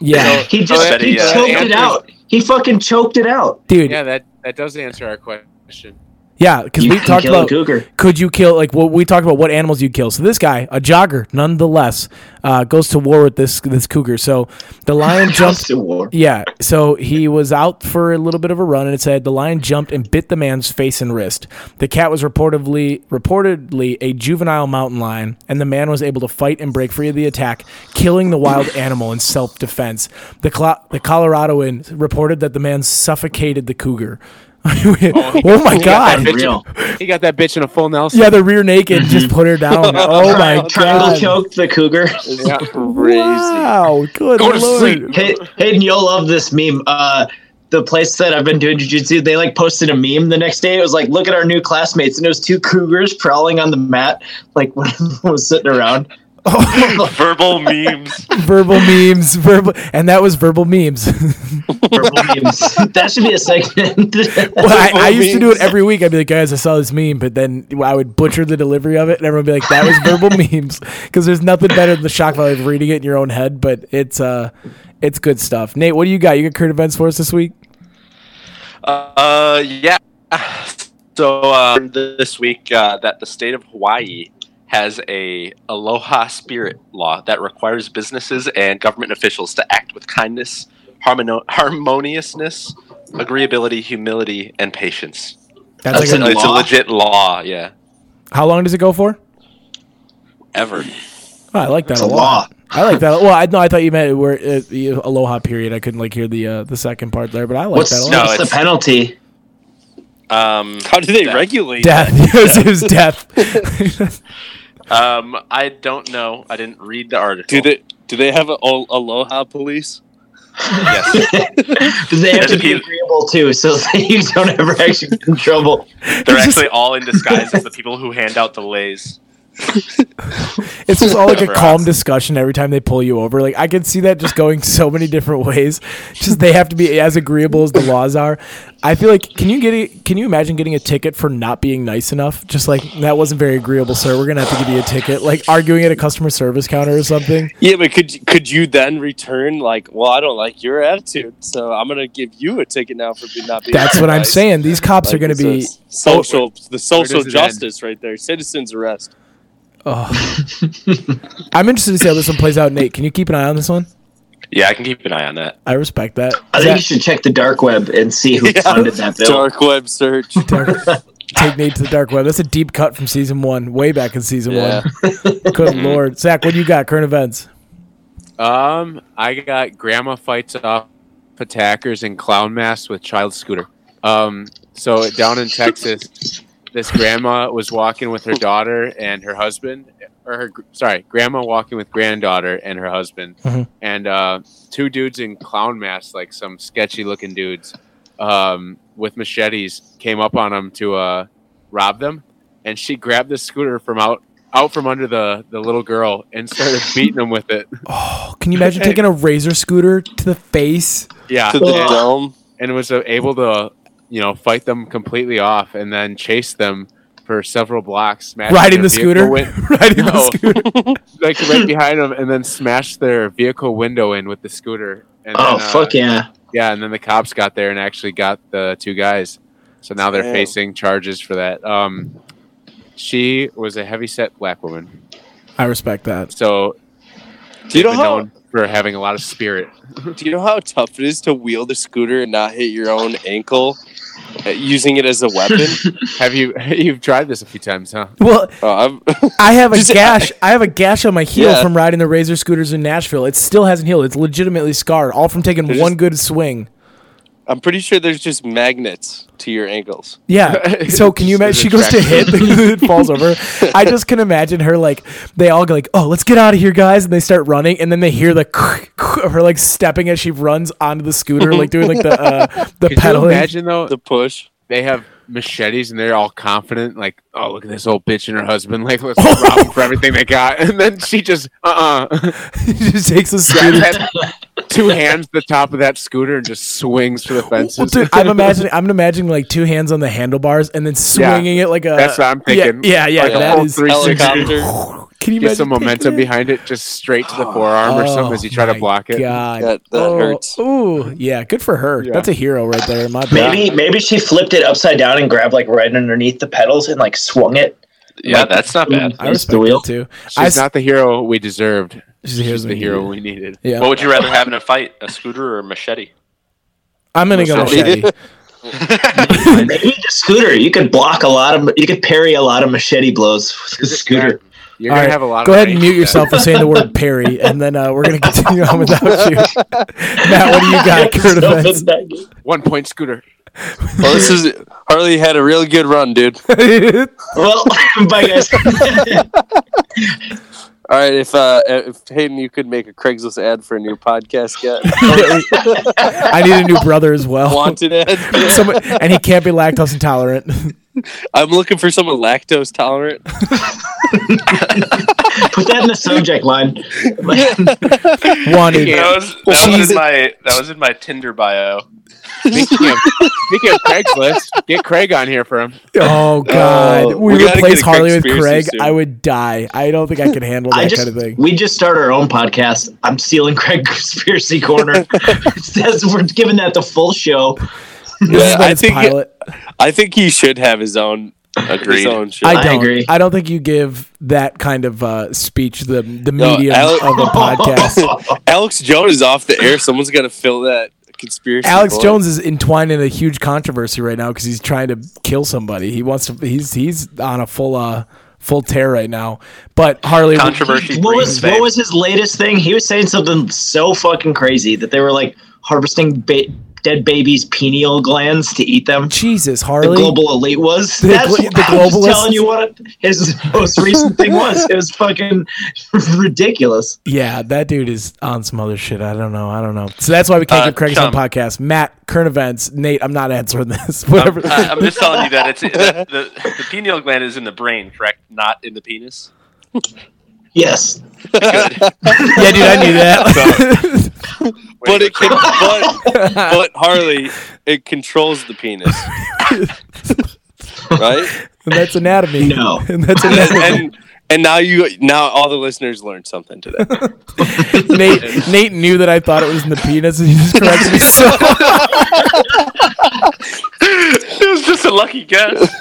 Speaker 2: yeah,
Speaker 5: He
Speaker 4: I
Speaker 5: just
Speaker 4: bet
Speaker 5: he
Speaker 4: he, uh,
Speaker 5: choked it
Speaker 3: answers-
Speaker 5: out. He fucking choked it out.
Speaker 2: dude.
Speaker 3: yeah, that that does answer our question.
Speaker 2: Yeah, because
Speaker 5: You
Speaker 2: we
Speaker 5: can
Speaker 2: talked
Speaker 5: kill a
Speaker 2: about
Speaker 5: cougar.
Speaker 2: could you kill like what we talked about what animals you kill. So this guy, a jogger, nonetheless, uh, goes to war with this this cougar. So the
Speaker 5: <laughs>
Speaker 2: lion
Speaker 5: Just
Speaker 2: jumped.
Speaker 5: to war.
Speaker 2: Yeah, so he was out for a little bit of a run, and it said the lion jumped and bit the man's face and wrist. The cat was reportedly reportedly a juvenile mountain lion, and the man was able to fight and break free of the attack, killing the wild animal in self defense. The Clo- the Coloradoan reported that the man suffocated the cougar. <laughs> oh my god!
Speaker 3: bitch
Speaker 5: Real.
Speaker 3: He got that bitch in a full Nelson.
Speaker 2: Yeah, the rear naked just put her down. Oh my
Speaker 5: Triangle
Speaker 2: god!
Speaker 5: choked the cougar. <laughs>
Speaker 3: Yeah.
Speaker 2: Wow, good
Speaker 3: Go to
Speaker 2: lord!
Speaker 3: sleep.
Speaker 5: Hey, Hayden, you'll love this meme. Uh, the place that I've been doing jujitsu, they like posted a meme the next day. It was like, look at our new classmates, and it was two cougars prowling on the mat, like <laughs> one of them was sitting
Speaker 2: <laughs>
Speaker 5: around.
Speaker 2: Oh.
Speaker 4: Verbal memes.
Speaker 2: Verbal memes, verbal, and that was verbal memes. <laughs>
Speaker 5: Verbal memes. <laughs> that should be a segment. <laughs>
Speaker 2: well, I, I used to do it every week. I'd be like, guys, I saw this meme, but then I would butcher the delivery of it, and everyone would be like, that was verbal memes, because there's nothing better than the shock value of reading it in your own head. But it's uh, it's good stuff. Nate, what do you got? You got current events for us this week?
Speaker 4: <laughs> Uh, yeah. So uh, this week, uh, that the state of Hawaii has a Aloha Spirit law that requires businesses and government officials to act with kindness, harmono- harmoniousness, agreeability, humility, and patience.
Speaker 2: That's
Speaker 5: That's
Speaker 2: like
Speaker 5: an-
Speaker 2: a,
Speaker 4: it's a
Speaker 5: law?
Speaker 4: legit law. Yeah.
Speaker 2: how long does it go for?
Speaker 4: <laughs> Ever.
Speaker 2: Oh, I like that
Speaker 5: It's
Speaker 2: a
Speaker 5: a
Speaker 2: lot.
Speaker 5: law.
Speaker 2: I like that. Well, I no, I thought you meant where uh, the aloha period. I couldn't like hear the uh, the second part there, but I like
Speaker 5: What's,
Speaker 2: that a lot.
Speaker 4: No,
Speaker 5: what's the
Speaker 4: it's-
Speaker 5: penalty?
Speaker 4: Um,
Speaker 1: How do they
Speaker 4: That-
Speaker 1: regulate?
Speaker 2: Death. <laughs> Yes, it was death. <laughs>
Speaker 4: um, I don't know. I didn't read the article.
Speaker 1: Do they do they have a, a Aloha police?
Speaker 4: Yes.
Speaker 5: They have to be
Speaker 4: Educate-
Speaker 5: agreeable too, so <laughs> that you don't ever actually get in trouble.
Speaker 4: They're
Speaker 2: It's just-
Speaker 4: actually all in disguise as the people who hand out the lays.
Speaker 2: it's just all like a
Speaker 4: For
Speaker 2: calm
Speaker 4: us.
Speaker 2: discussion every time they pull you over. Like I can see that just going <laughs> so many different ways. Just they have to be as agreeable as the laws are. I feel like can you get a, can you imagine getting a ticket for not being nice enough? Just like that wasn't very agreeable, sir. We're gonna have to give you a ticket. Like arguing at a customer service counter or something.
Speaker 1: Yeah, but could could you then return like, well, I don't like your attitude, so I'm gonna give you a ticket now for be- not being.
Speaker 2: That's what I'm
Speaker 1: nice."
Speaker 2: saying. These cops
Speaker 1: Like,
Speaker 2: are gonna
Speaker 1: it's
Speaker 2: be.
Speaker 1: a social the social
Speaker 3: does it end?
Speaker 1: justice right there. Citizens arrest.
Speaker 2: Oh. I'm interested to see how this one plays out, Nate. Can you keep an eye on this one?
Speaker 4: Yeah, I can keep an eye on that.
Speaker 2: I respect that.
Speaker 5: I
Speaker 2: Is
Speaker 5: think you
Speaker 2: that
Speaker 5: should check the dark web and see who
Speaker 1: Yeah.
Speaker 5: funded that
Speaker 1: <laughs>
Speaker 5: bill.
Speaker 1: Dark web <laughs> search.
Speaker 2: <laughs> dark, take Nate to the dark web. That's a deep cut from season one, way back in season
Speaker 1: Yeah.
Speaker 2: one. <laughs> Good lord, Zach, what do you got? Current events.
Speaker 3: Um, I got grandma fights off attackers in clown masks with child scooter. Um, so down in Texas, this grandma was walking with her daughter and her husband, or her gr- sorry, grandma walking with granddaughter and her husband,
Speaker 2: Mhm.
Speaker 3: and uh, two dudes in clown masks, like some sketchy looking dudes, um, with machetes, came up on them to uh, rob them, and she grabbed the scooter from out out from under the the little girl and started beating them with it.
Speaker 2: Oh, can you imagine taking a razor scooter to the face?
Speaker 3: Yeah,
Speaker 1: to the
Speaker 5: Yeah.
Speaker 1: dome.
Speaker 3: and was uh, able to, you know, fight them completely off and then chase them for several blocks, smashing
Speaker 2: Riding
Speaker 3: their
Speaker 2: the
Speaker 3: vehicle
Speaker 2: scooter,
Speaker 3: win-
Speaker 2: <laughs> riding the
Speaker 3: No.
Speaker 2: scooter.
Speaker 3: like right behind them, and then smash their vehicle window in with the scooter. And
Speaker 5: Oh
Speaker 3: then, uh,
Speaker 5: fuck yeah!
Speaker 3: Yeah, and then the cops got there and actually got the two guys. So now they're
Speaker 1: Damn.
Speaker 3: facing charges for that. Um, she was a heavyset black woman,
Speaker 2: I respect that.
Speaker 3: so
Speaker 1: Do you know
Speaker 3: been
Speaker 1: how
Speaker 3: known for having a lot of spirit.
Speaker 1: Do you know how tough it is to wield a scooter and not hit your own ankle uh, using it as a weapon?
Speaker 3: Have you <laughs> you've tried this a few times, huh?
Speaker 2: Well,
Speaker 1: Oh, I'm-
Speaker 2: I have a
Speaker 1: Just-
Speaker 2: gash. I have a gash on my heel
Speaker 1: Yeah.
Speaker 2: from riding the razor scooters in Nashville. It still hasn't healed. It's legitimately scarred, all from taking
Speaker 1: There's
Speaker 2: one
Speaker 1: just-
Speaker 2: good swing.
Speaker 1: I'm pretty sure there's just magnets to your ankles.
Speaker 3: <laughs>
Speaker 2: Yeah. So can you
Speaker 3: Just
Speaker 2: imagine?
Speaker 3: as
Speaker 2: She goes to hit, it falls over. I just can imagine her like they all go like, "Oh, let's get out of here, guys!" and they start running, and then they hear the <laughs> of her like stepping as she runs onto the scooter, like doing like
Speaker 3: <laughs>
Speaker 2: the uh, the
Speaker 3: Could you
Speaker 2: pedaling.
Speaker 3: imagine though?
Speaker 1: The push.
Speaker 3: They have machetes and they're all confident, like, "Oh, look at this old bitch and her husband. Like,
Speaker 2: <laughs>
Speaker 3: let's rob 'em for everything they got." <laughs> And then she just, uh, <laughs> uh
Speaker 2: <laughs> she just takes
Speaker 3: <laughs>
Speaker 2: the scooter.
Speaker 3: two hands the top of that scooter and just swings for the fences.
Speaker 2: Well, dude,
Speaker 3: <laughs>
Speaker 2: I'm imagining. I'm imagining like two hands on the handlebars and then swinging it like a.
Speaker 3: That's what I'm thinking.
Speaker 2: uh, Yeah, yeah,
Speaker 3: Like
Speaker 2: yeah.
Speaker 3: a
Speaker 2: that
Speaker 3: full
Speaker 2: is. <laughs>
Speaker 3: 360.
Speaker 1: Helicopter.
Speaker 2: Can you
Speaker 3: Get some
Speaker 2: imagine
Speaker 3: momentum
Speaker 2: taking it? Oh,
Speaker 3: behind it, just straight to the forearm or something as you try to
Speaker 2: my
Speaker 3: block it.
Speaker 2: God,
Speaker 1: That- that
Speaker 2: oh,
Speaker 1: hurts.
Speaker 2: Ooh, yeah. Good for her.
Speaker 3: Yeah.
Speaker 2: That's a hero right there. My bad.
Speaker 5: Maybe maybe she flipped it upside down and grabbed like right underneath the pedals and like swung it.
Speaker 4: Yeah, that's not bad.
Speaker 2: I
Speaker 5: It's
Speaker 2: respect
Speaker 5: the wheel.
Speaker 2: that too. I
Speaker 3: She's
Speaker 2: s-
Speaker 3: not the hero we deserved.
Speaker 2: She's a hero
Speaker 3: She's the
Speaker 2: we
Speaker 3: hero
Speaker 2: needed.
Speaker 3: we needed.
Speaker 2: Yeah,
Speaker 4: What would you rather have in a fight, a scooter or a machete?
Speaker 2: I'm gonna go
Speaker 1: <laughs>
Speaker 2: machete.
Speaker 5: Maybe the scooter. You could block a lot of. You could parry a lot of machete blows with the scooter.
Speaker 3: You're
Speaker 2: All
Speaker 3: gonna
Speaker 2: right,
Speaker 3: have a lot.
Speaker 2: Go
Speaker 3: of
Speaker 2: ahead and
Speaker 3: range with
Speaker 2: mute
Speaker 3: that. <laughs>
Speaker 2: yourself for saying the word Perry, and then uh, we're gonna continue on without <laughs> you. Matt, what do
Speaker 5: <laughs>
Speaker 2: you got? Current
Speaker 5: So
Speaker 2: events.
Speaker 5: good.
Speaker 3: One point scooter.
Speaker 1: Well, this is Harley had a real good run, dude.
Speaker 5: well, <laughs>
Speaker 2: <laughs>
Speaker 5: bye guys.
Speaker 1: All right, if uh, if Hayden, you could make a Craigslist ad for a new podcast,
Speaker 2: <laughs>
Speaker 1: get
Speaker 2: I need a new brother as well.
Speaker 1: wanted ad.
Speaker 2: Someone- and he can't be lactose intolerant.
Speaker 1: I'm looking for someone lactose tolerant.
Speaker 5: Put that in the subject
Speaker 2: <laughs>
Speaker 5: line.
Speaker 2: Wanted.
Speaker 4: That
Speaker 1: <laughs>
Speaker 4: was, that was in my that was in my Tinder bio.
Speaker 3: Speaking of, speaking of Craigslist, get Craig on here for him.
Speaker 2: Oh God,
Speaker 1: Oh,
Speaker 2: we,
Speaker 1: we gotta
Speaker 2: replace
Speaker 1: get a
Speaker 2: Harley with
Speaker 1: conspiracy
Speaker 2: Craig.
Speaker 1: soon.
Speaker 2: I would die. I don't think <laughs> I could handle
Speaker 5: I
Speaker 2: that
Speaker 5: just
Speaker 2: kind of thing.
Speaker 5: we just start our own podcast. I'm stealing Craig
Speaker 2: <laughs>
Speaker 5: Conspiracy Corner. It says we're giving that the full show.
Speaker 2: This is
Speaker 1: Yeah,
Speaker 2: like
Speaker 1: I
Speaker 2: its
Speaker 1: think
Speaker 2: pilot.
Speaker 1: I think he should have his own his
Speaker 4: Agreed.
Speaker 1: own show.
Speaker 2: I
Speaker 5: I
Speaker 2: don't. I,
Speaker 5: agree.
Speaker 2: don't think you give that kind of uh, speech the the
Speaker 1: No,
Speaker 2: medium
Speaker 1: Alex-
Speaker 2: of a <laughs> podcast.
Speaker 5: <laughs>
Speaker 1: Alex Jones is off the air. Someone's got to fill that conspiracy.
Speaker 2: Alex
Speaker 1: void.
Speaker 2: Jones is entwined in a huge controversy right now because he's trying to kill somebody. He wants to. He's he's on a full uh full tear right now. But Harley,
Speaker 4: Controversy.
Speaker 5: what
Speaker 4: breeds
Speaker 5: was what
Speaker 4: fame.
Speaker 5: was his latest thing? He was saying something so fucking crazy that they were like harvesting ba- dead babies' penial glands to eat them.
Speaker 2: Jesus,
Speaker 5: The
Speaker 2: Harley,
Speaker 5: global elite was.
Speaker 2: The
Speaker 5: That's
Speaker 2: glo-
Speaker 5: what
Speaker 2: the
Speaker 5: I'm just
Speaker 2: globalists?
Speaker 5: telling you what his most recent thing was. It was fucking <laughs> ridiculous.
Speaker 2: yeah, that dude is on some other shit. I don't know. I don't know. So that's why we can't
Speaker 4: Uh,
Speaker 2: get Craig's on
Speaker 4: Tom.
Speaker 2: podcast. Matt, current events. Nate, I'm not answering this. <laughs> Whatever.
Speaker 5: Uh,
Speaker 4: I, I'm just telling you that it's that the, the pineal gland is in the brain, correct? Not in the penis.
Speaker 5: Yes.
Speaker 2: yeah, dude, I knew
Speaker 5: <laughs>
Speaker 2: that.
Speaker 1: but it can, but, but Harley, it controls the penis, right?
Speaker 2: <laughs> and that's anatomy.
Speaker 5: No.
Speaker 2: <laughs> and that's
Speaker 5: <laughs>
Speaker 2: anatomy.
Speaker 1: and and now you now all the listeners learned something today.
Speaker 2: Nate, Nate knew that I thought it was in the penis, and he just corrected me. <laughs> So
Speaker 4: it was just a lucky guess.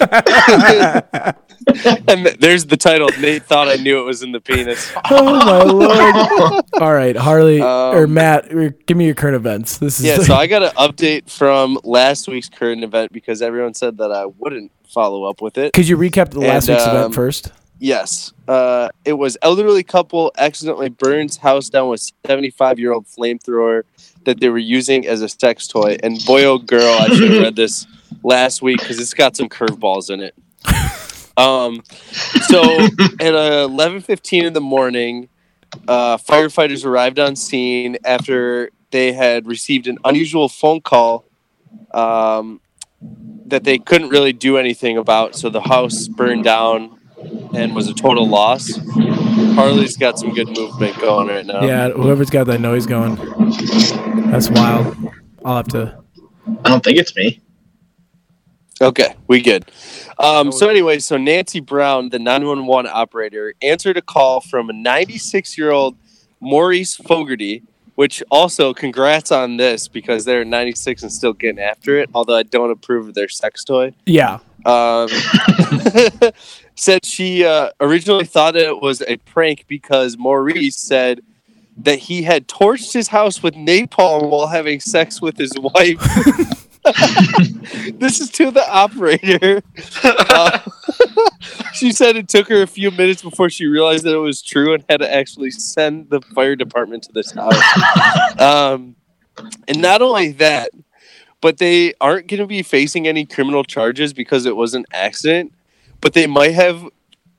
Speaker 1: and th- there's the title. Nate thought I knew it was in the penis.
Speaker 2: Oh my <laughs> lord! All right, Harley
Speaker 1: Um,
Speaker 2: or Matt, or give me your current events. This is
Speaker 1: Yeah, so I got an update from last week's current event because everyone said that I wouldn't follow up with it.
Speaker 2: <laughs> could you recap the last
Speaker 1: And,
Speaker 2: week's
Speaker 1: um,
Speaker 2: event first?
Speaker 1: Yes, uh, it was elderly couple accidentally burns house down with 75 year old flamethrower that they were using as a sex toy. And boy, oh girl, I should have read this last week because it's got some curveballs in it. Um, so at 11:15 in the morning, uh, firefighters arrived on scene after they had received an unusual phone call um, that they couldn't really do anything about. So the house burned down and was a total loss. Harley's got some good movement going right now.
Speaker 2: yeah, whoever's got that noise going, that's wild. I'll have to.
Speaker 5: I don't think it's me.
Speaker 1: Okay, we good. Um, so anyway, so Nancy Brown, the 911 operator, answered a call from a 96 year old Maurice Fogarty, which also congrats on this because they're 96 and still getting after it. Although I don't approve of their sex toy.
Speaker 2: Yeah,
Speaker 1: Um, said she uh, originally thought it was a prank because Maurice said that he had torched his house with napalm while having sex with his wife. this is to the operator. Uh, <laughs> she said it took her a few minutes before she realized that it was true and had to actually send the fire department to this house. um, and not only that, but they aren't going to be facing any criminal charges because it was an accident. But they might have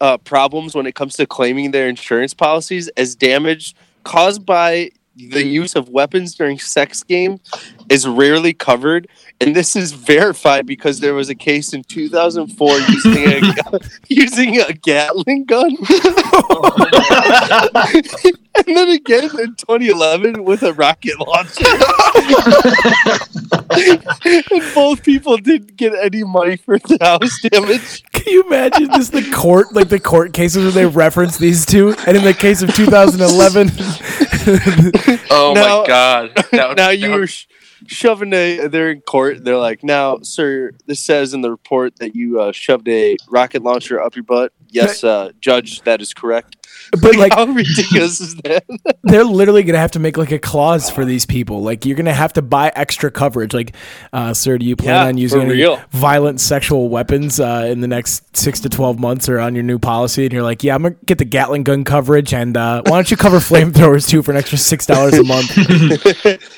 Speaker 1: uh, problems when it comes to claiming their insurance policies as damage caused by the use of weapons during sex game is rarely covered, and this is verified because there was a case in 2004 using a gu- using a Gatling gun, <laughs> and then again in 2011 with a rocket launcher. <laughs> and both people didn't get any money for the house <laughs> damage.
Speaker 2: Can you imagine just the court, like the court cases where they reference these two? And in the case of 2011,
Speaker 4: <laughs> Oh
Speaker 1: Now- <laughs>
Speaker 4: my god! That would-
Speaker 1: now
Speaker 4: that
Speaker 1: you
Speaker 4: would-
Speaker 1: were sh- shoving a. They're in court. They're like, now, sir, this says in the report that you uh, shoved a rocket launcher up your butt. Yes, uh, judge, that is correct.
Speaker 2: <laughs> but like
Speaker 1: how ridiculous is that?
Speaker 2: they're literally gonna have to make like a clause for these people. Like you're gonna have to buy extra coverage. Like, uh, sir, do you plan
Speaker 1: Yeah,
Speaker 2: on using
Speaker 1: for
Speaker 2: any
Speaker 1: real.
Speaker 2: violent sexual weapons uh, in the next six to twelve months or on your new policy? And you're like, yeah, I'm gonna get the Gatling gun coverage, and uh, why don't you cover <laughs> flamethrowers too for an extra six dollars a month?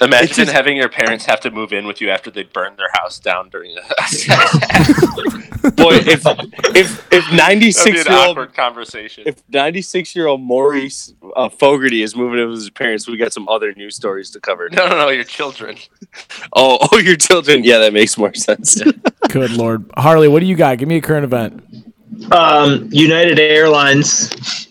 Speaker 4: imagine having your parents have to move in with you after they burn their house down during
Speaker 1: <laughs>
Speaker 4: the <laughs>
Speaker 1: Boy, if if if ninety six year old
Speaker 4: awkward conversation.
Speaker 1: if ninety six year old Maurice uh, Fogarty is moving in with his parents, we got some other news stories to cover.
Speaker 4: No, no, no, your children.
Speaker 1: Oh, <laughs> oh, your children. Yeah, that makes more <laughs> sense.
Speaker 2: <laughs> Good lord, Harley, what do you got? Give me a current event.
Speaker 5: um, United Airlines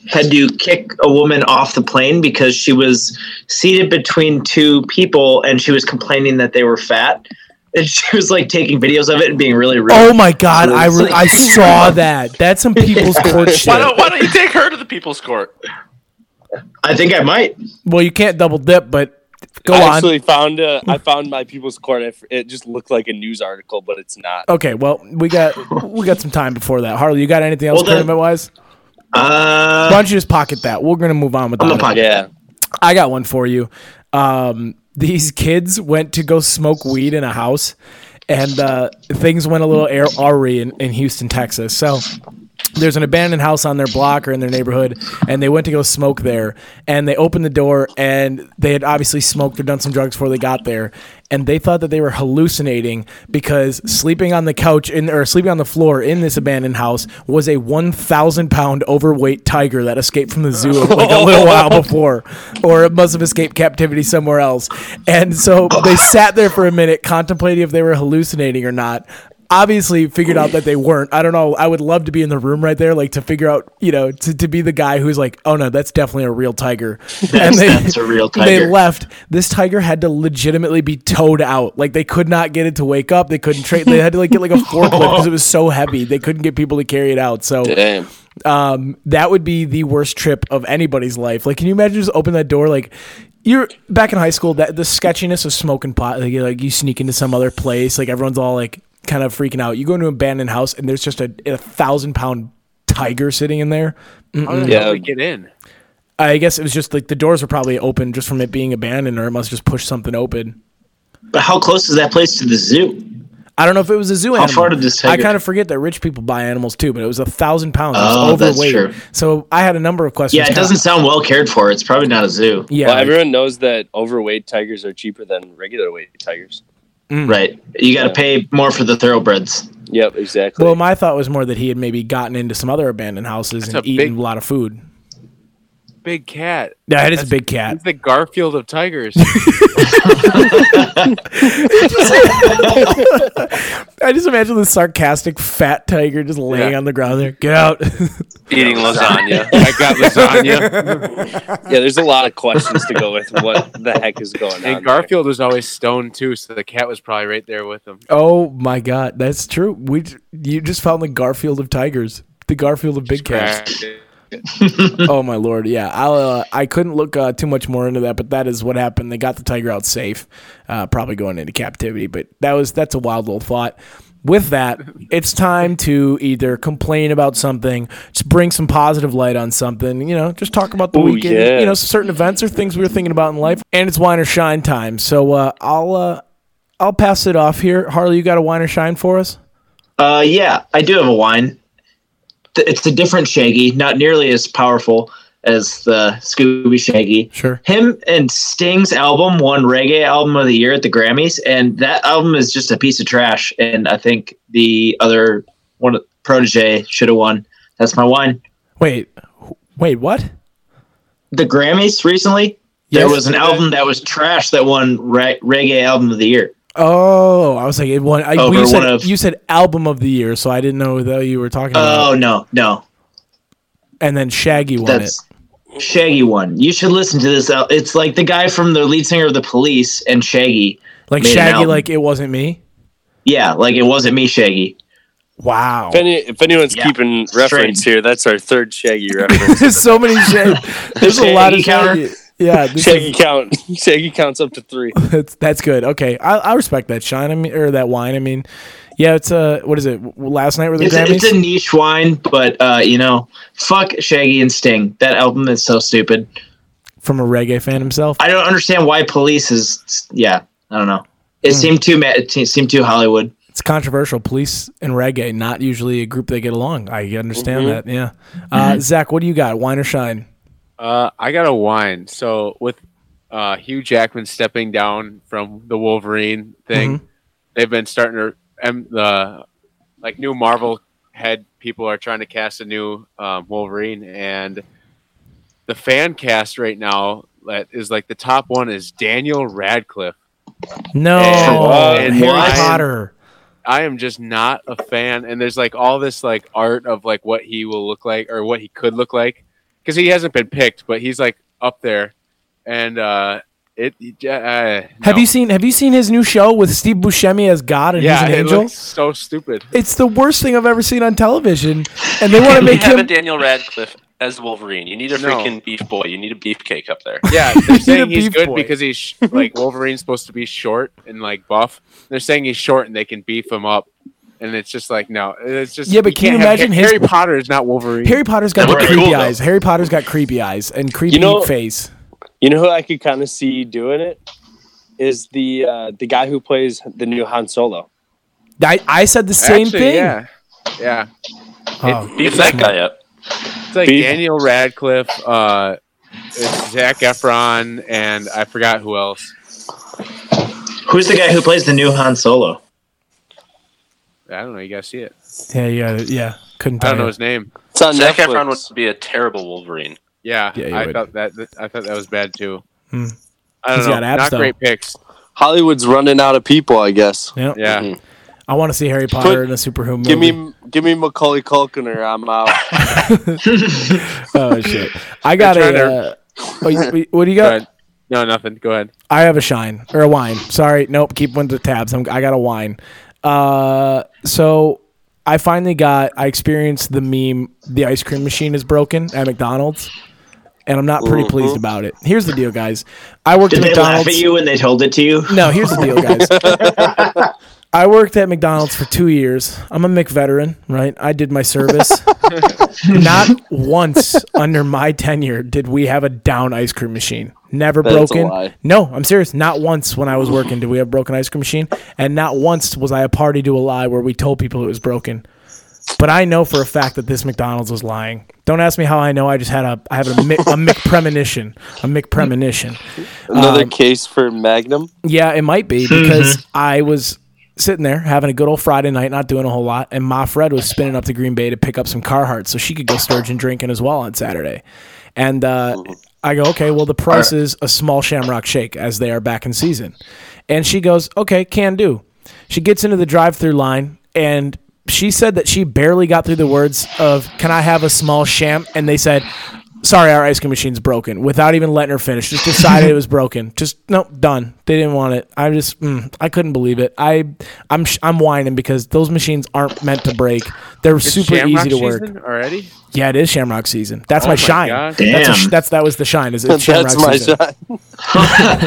Speaker 5: had to kick a woman off the plane because she was seated between two people and she was complaining that they were fat. And <laughs> she was like taking videos of it and being really rude.
Speaker 2: Oh my god, I re- I saw that. That's some people's court shit.
Speaker 4: Why don't Why don't you take her to the people's court?
Speaker 5: I think I might.
Speaker 2: Well, you can't double dip, but go
Speaker 1: I
Speaker 2: on. Mm.
Speaker 1: actually found uh, I found my people's court. It- It just looked like a news article, but it's not.
Speaker 2: Okay, well, we got we got some time before that. Harley, you got anything else
Speaker 5: Well, then-
Speaker 2: tournament wise? Why
Speaker 5: Uh,
Speaker 2: don't you just pocket that? We're gonna move on with
Speaker 5: I'm a
Speaker 2: that.
Speaker 5: pocket.
Speaker 1: Yeah.
Speaker 2: I got one for you. Um, these kids went to go smoke weed in a house, and uh, things went a little air awry in, in Houston, Texas. So there's an abandoned house on their block or in their neighborhood, and they went to go smoke there. And they opened the door, and they had obviously smoked or done some drugs before they got there. And they thought that they were hallucinating because sleeping on the couch in or sleeping on the floor in this abandoned house was a 1,000 pound overweight tiger that escaped from the zoo like a little while before, or it must have escaped captivity somewhere else. And so they sat there for a minute contemplating if they were hallucinating or not obviously figured out that they weren't. I don't know. I would love to be in the room right there, like to figure out, you know, to, to be the guy who's like, oh no, that's definitely a real tiger. <laughs> and they,
Speaker 5: that's a real
Speaker 2: They
Speaker 5: tiger.
Speaker 2: left. This tiger had to legitimately be towed out. Like they could not get it to wake up. They couldn't trade. They had to like get like a forklift
Speaker 5: <laughs>
Speaker 2: because it was so heavy. They couldn't get people to carry it out. So
Speaker 1: Damn.
Speaker 2: um, that would be the worst trip of anybody's life. Like, can you imagine just open that door? Like, you're back in high school. That the sketchiness of smoking pot. Like, you're, like you sneak into some other place. Like everyone's all like kind of freaking out. You go into an abandoned house and there's just a, a thousand pound tiger sitting in there.
Speaker 3: How the
Speaker 1: Yeah.
Speaker 3: hell did we get in?
Speaker 2: I guess it was just like the doors were probably open just from it being abandoned, or it must just push something open.
Speaker 5: But how close is that place to the zoo?
Speaker 2: I don't know if it was a zoo
Speaker 5: How
Speaker 2: animal.
Speaker 5: far did this
Speaker 2: I
Speaker 5: tiger-
Speaker 2: kind of forget that rich people buy animals too, but it was a thousand pounds. It
Speaker 5: Oh,
Speaker 2: was
Speaker 5: that's
Speaker 2: overweight.
Speaker 5: true.
Speaker 2: So I had a number of questions.
Speaker 5: Yeah, it doesn't sound well cared for. It's probably not a zoo,
Speaker 2: Yeah,
Speaker 1: well,
Speaker 2: like-
Speaker 1: everyone knows that overweight tigers are cheaper than regular weight tigers.
Speaker 5: right? You got to
Speaker 1: Yeah.
Speaker 5: pay more for the thoroughbreds.
Speaker 1: Yep, exactly.
Speaker 2: Well, my thought was more that he had maybe gotten into some other abandoned houses
Speaker 3: That's
Speaker 2: and
Speaker 3: a
Speaker 2: eaten
Speaker 3: big-
Speaker 2: a lot of food.
Speaker 3: Big cat.
Speaker 2: Yeah, it is a big
Speaker 3: <laughs>
Speaker 2: cat.
Speaker 3: He's the Garfield of tigers.
Speaker 2: I just imagine this sarcastic fat tiger just laying
Speaker 3: Yeah.
Speaker 2: on the ground there. Get out. <laughs>
Speaker 4: Eating
Speaker 1: <laughs>
Speaker 4: lasagna.
Speaker 3: I got lasagna.
Speaker 1: yeah, there's a lot of questions to go with. What the heck
Speaker 3: <laughs>
Speaker 1: is going on?
Speaker 3: And Garfield was always stoned too, so the cat was probably right there with him.
Speaker 2: oh my god, that's true. We j- you just found the Garfield of tigers, the Garfield of big cats. Oh my lord, yeah. I uh, I couldn't look uh, too much more into that, but that is what happened. They got the tiger out safe, uh, probably going into captivity. But that was that's a wild little thought. With that, it's time to either complain about something, just bring some positive light on something. You know, just talk about the
Speaker 1: Ooh,
Speaker 2: weekend.
Speaker 1: yeah.
Speaker 2: You know, certain events or things we were thinking about in life. And it's wine or shine time. So uh, I'll uh, I'll pass it off here. Harley, you got a wine or shine for us?
Speaker 5: Uh, yeah, I do have a wine. Th- It's a different Shaggy, not nearly as powerful as the Scooby Shaggy.
Speaker 2: Sure.
Speaker 5: Him and Sting's album won Reggae Album of the Year at the Grammys, and that album is just a piece of trash. And I think the other one, Protege, should have won. That's my wine.
Speaker 2: Wait, wh- wait, what?
Speaker 5: The Grammys recently, There was an album that was trash that won re- reggae album of the year.
Speaker 2: Oh, I was like, it won. I, well,
Speaker 5: Over
Speaker 2: you, said,
Speaker 5: one of-
Speaker 2: you said album of the year, so I didn't know that you were talking about.
Speaker 5: Oh no, no,
Speaker 2: And then Shaggy won
Speaker 5: that's Shaggy one. You should listen to this. al- It's like the guy from the lead singer of the Police and Shaggy.
Speaker 2: it. Like
Speaker 5: made an
Speaker 2: Shaggy,
Speaker 5: album.
Speaker 2: like it wasn't me.
Speaker 5: Yeah, like it wasn't me, Shaggy.
Speaker 2: Wow.
Speaker 1: If, any, if anyone's
Speaker 5: Yeah.
Speaker 1: keeping reference here, that's our third Shaggy reference.
Speaker 2: There's <laughs> so
Speaker 5: <laughs>
Speaker 2: many Shaggy. There's a lot of
Speaker 5: Shaggy counter.
Speaker 2: Shaggy. Yeah, this is-
Speaker 1: Shaggy count. Shaggy counts up to three.
Speaker 2: <laughs> That's that's good. Okay, I, I respect that shine. I mean, or that wine. I mean, yeah, it's uh, what is it? W- Last night were the
Speaker 5: It's a,
Speaker 2: Grammys.
Speaker 5: it's a niche wine, but uh, you know, fuck Shaggy and Sting. That album is so stupid.
Speaker 2: from a reggae fan himself.
Speaker 5: I don't understand why Police is. Yeah, I don't know. It seemed too. ma- It te- seemed too Hollywood.
Speaker 2: It's controversial. Police and reggae not usually a group that get along. I understand that. Yeah,
Speaker 5: Mm-hmm.
Speaker 2: uh, Zach, what do you got? Wine or shine?
Speaker 3: Uh, I got a wine. So with uh, Hugh Jackman stepping down from the Wolverine thing, they've been starting to and the like new Marvel head people are trying to cast a new um, Wolverine, and the fan cast right now that is like the top one is Daniel Radcliffe.
Speaker 2: No,
Speaker 3: And-
Speaker 2: oh,
Speaker 3: and
Speaker 2: Harry
Speaker 3: wine.
Speaker 2: Potter.
Speaker 3: I am just not a fan. And there's like all this like art of like what he will look like or what he could look like because he hasn't been picked, but he's like up there. And uh, it. Uh,
Speaker 2: Have you seen Have you seen his new show with Steve Buscemi as God and
Speaker 3: Yeah,
Speaker 2: he's an
Speaker 3: it
Speaker 2: angel?
Speaker 3: looks so stupid.
Speaker 2: it's the worst thing I've ever seen on television, and they want to
Speaker 4: You
Speaker 2: make
Speaker 4: have a
Speaker 2: him.
Speaker 4: Daniel Radcliffe as Wolverine. You need a
Speaker 3: No.
Speaker 4: freaking beef boy. You need a beefcake up there.
Speaker 2: <laughs>
Speaker 3: Yeah, they're saying
Speaker 2: a
Speaker 3: he's
Speaker 2: beef
Speaker 3: good
Speaker 2: boy.
Speaker 3: because he's
Speaker 2: <laughs>
Speaker 3: sh- like Wolverine's supposed to be short and like buff. They're saying he's short and they can beef him up. And it's just like no, it's just
Speaker 2: Yeah, but
Speaker 3: you
Speaker 2: can you
Speaker 3: can't have-
Speaker 2: imagine his-
Speaker 3: Harry Potter is not Wolverine?
Speaker 2: Harry Potter's got the
Speaker 4: That'd be
Speaker 2: creepy
Speaker 4: cool, though.
Speaker 2: eyes. Harry Potter's got creepy eyes and creepy
Speaker 1: know-
Speaker 2: face.
Speaker 1: You know who I could kind of see doing it is the uh, the guy who plays the new Han Solo.
Speaker 2: I, I said the same
Speaker 3: Actually,
Speaker 2: thing.
Speaker 3: Yeah, yeah.
Speaker 2: Oh.
Speaker 4: Beef that guy up.
Speaker 3: It's like
Speaker 1: Beef.
Speaker 3: Daniel Radcliffe, uh, it's Zach Efron, and I forgot who else.
Speaker 5: Who's the guy who plays the new Han Solo?
Speaker 3: I don't know. You guys see it?
Speaker 2: Yeah, yeah, yeah. Couldn't
Speaker 3: I
Speaker 2: tell.
Speaker 3: don't know
Speaker 2: you.
Speaker 3: his name.
Speaker 1: It's on
Speaker 4: Zac
Speaker 1: Netflix.
Speaker 4: Efron wants to be a terrible Wolverine.
Speaker 3: Yeah,
Speaker 2: Yeah, you
Speaker 3: I
Speaker 2: would.
Speaker 3: thought that. that- I thought that was bad too.
Speaker 2: Hmm.
Speaker 3: I don't
Speaker 2: He's
Speaker 3: know.
Speaker 2: got abs,
Speaker 3: Not
Speaker 2: though.
Speaker 3: great picks.
Speaker 1: Hollywood's running out of people, I guess.
Speaker 2: Yep.
Speaker 3: Yeah.
Speaker 2: I want to see Harry Potter
Speaker 1: Put-
Speaker 2: in a superhuman.
Speaker 1: Give <laughs>
Speaker 2: movie.
Speaker 1: me give me Macaulay Culkin or I'm
Speaker 2: <laughs>
Speaker 1: out.
Speaker 2: oh shit! I got
Speaker 3: trying
Speaker 2: a.
Speaker 3: to-
Speaker 2: Uh, oh, you- what do you
Speaker 3: Go
Speaker 2: got?
Speaker 3: ahead. No, nothing. Go ahead.
Speaker 2: I have a shine or a wine. Sorry, nope. Keep one to the tabs. I'm, I got a wine. Uh, so I finally got. I experienced the meme. The ice cream machine is broken at McDonald's, and I'm not pretty pleased about it. Here's the deal, guys. I worked
Speaker 5: Mm-hmm. Did
Speaker 2: at
Speaker 5: they
Speaker 2: McDonald's.
Speaker 5: laugh at you when they told it to you?
Speaker 2: No, here's the deal, guys. I worked at McDonald's for two years. I'm a McVeteran, right? I did my service. Not once under my tenure did we have a down ice cream machine. Never
Speaker 1: That's a
Speaker 2: broken.
Speaker 1: lie.
Speaker 2: No, I'm serious. Not once when I was working did we have a broken ice cream machine, and not once was I a party to a lie where we told people it was broken. But I know for a fact that this McDonald's was lying. Don't ask me how I know. I just had a I have a, Mc, a McPremonition, a McPremonition.
Speaker 1: Another
Speaker 2: Um,
Speaker 1: case for Magnum.
Speaker 2: Yeah, it might be because I was sitting there having a good old Friday night, not doing a whole lot, and Ma Fred was spinning up to Green Bay to pick up some Carhartt so she could go sturgeon drinking as well on Saturday. And uh, I go, okay, well, the price is a small shamrock shake as they are back in season. And she goes, okay, can do. She gets into the drive through line and she said that she barely got through the words of, can I have a small sham? And they said, sorry, our ice cream machine's broken without even letting her finish. Just decided it was broken. Just, nope, done. They didn't want it. I just, mm, I couldn't believe it. I, I'm, sh- I'm whining because those machines aren't meant to break. They're super
Speaker 3: Shamrock
Speaker 2: easy to work.
Speaker 3: season already.
Speaker 2: Yeah, it is Shamrock season. That's
Speaker 3: Oh
Speaker 2: my
Speaker 3: my
Speaker 2: shine.
Speaker 3: God.
Speaker 2: That's, a sh-
Speaker 5: Damn.
Speaker 2: that's that was the shine. Is it
Speaker 1: That's
Speaker 2: Shamrock
Speaker 1: my
Speaker 2: season?
Speaker 1: shot.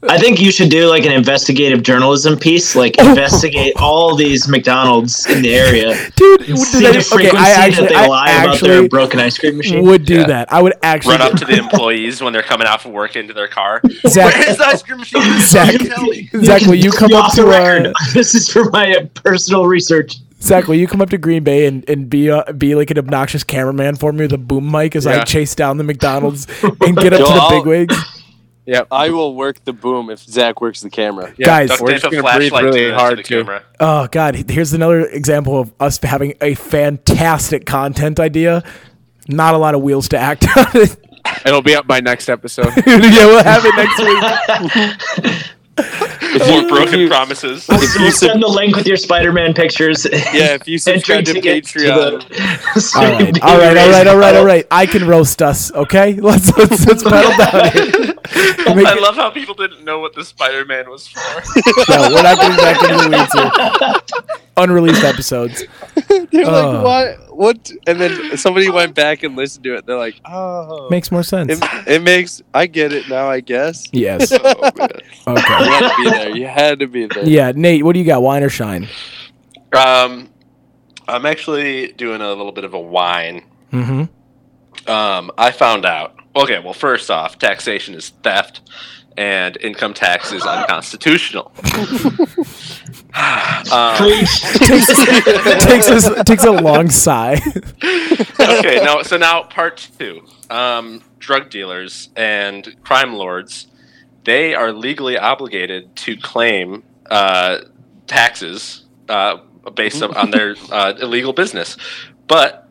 Speaker 5: I think you should do like an investigative journalism piece, like investigate all these McDonald's in the area.
Speaker 2: Dude,
Speaker 5: and
Speaker 2: would-
Speaker 5: see
Speaker 2: did
Speaker 5: the
Speaker 2: I- okay,
Speaker 5: frequency
Speaker 2: I actually-
Speaker 5: that they
Speaker 2: I
Speaker 5: lie about
Speaker 2: actually
Speaker 5: their broken ice cream machine.
Speaker 2: would do that. I would actually
Speaker 4: Run up to the employees when they're coming out from work into their car.
Speaker 2: Zach-
Speaker 4: Where's the ice cream machine?
Speaker 2: <laughs> Zach, Zach, will you come
Speaker 5: Be
Speaker 2: up
Speaker 5: off
Speaker 2: to
Speaker 5: the
Speaker 2: our, <laughs>
Speaker 5: record. this is for my uh,
Speaker 1: <laughs>
Speaker 5: personal research.
Speaker 2: Zach? Will you come up to Green Bay and, and be uh, be like an obnoxious cameraman for me with a boom mic as I
Speaker 3: Yeah.
Speaker 2: chase down the McDonald's and get up
Speaker 1: Yo,
Speaker 2: to the
Speaker 1: I'll-
Speaker 2: big wigs?
Speaker 3: Yep.
Speaker 1: I will work the boom if Zach works the camera.
Speaker 3: Yeah,
Speaker 2: Guys,
Speaker 4: Duct
Speaker 3: we're
Speaker 4: tape
Speaker 3: just
Speaker 4: a
Speaker 3: gonna breathe
Speaker 4: flashlight
Speaker 3: really
Speaker 4: to the, to
Speaker 3: hard
Speaker 4: the
Speaker 3: too.
Speaker 4: camera.
Speaker 2: Oh God, here's another example of us having a fantastic content idea. Not a lot of wheels to act <laughs> on it.
Speaker 3: It'll be up by next episode.
Speaker 2: yeah, we'll have it next week.
Speaker 4: It's more broken promises.
Speaker 1: If you
Speaker 5: We'll
Speaker 1: sub-
Speaker 5: send the link with your Spider-Man pictures.
Speaker 1: yeah,
Speaker 5: <laughs>
Speaker 1: if you subscribe to Patreon,
Speaker 5: the, <laughs>
Speaker 2: All right, all right, all right, all right, all right. I can roast us. Okay, <laughs> let's let's
Speaker 1: <laughs>
Speaker 2: let's pedal down here. Make
Speaker 4: I
Speaker 2: it-
Speaker 4: love how people didn't know what the Spider-Man was for.
Speaker 2: no, we're not getting back into the weeds here. Unreleased episodes. <laughs>
Speaker 1: they're
Speaker 2: Uh.
Speaker 1: like, "What? What?" And then somebody went back and listened to it. They're like, "Oh,
Speaker 2: Makes more sense.
Speaker 1: it, it makes I get it now. I
Speaker 2: <laughs>
Speaker 1: guess."
Speaker 2: Yes.
Speaker 1: Oh, man. you
Speaker 2: Okay.
Speaker 1: had to be there. You had to be there.
Speaker 2: Yeah, Nate, what do you got? Wine or shine?
Speaker 4: Um, I'm actually doing a little bit of a whine.
Speaker 2: Mm-hmm.
Speaker 4: Um, I found out. Okay, well, first off, taxation is theft, and income tax is unconstitutional. <sighs>
Speaker 2: <laughs>
Speaker 4: um,
Speaker 2: takes us takes a long sigh.
Speaker 4: okay, now so now part two. Um, drug dealers and crime lords, they are legally obligated to claim uh, taxes uh, based on, on their uh, illegal business, but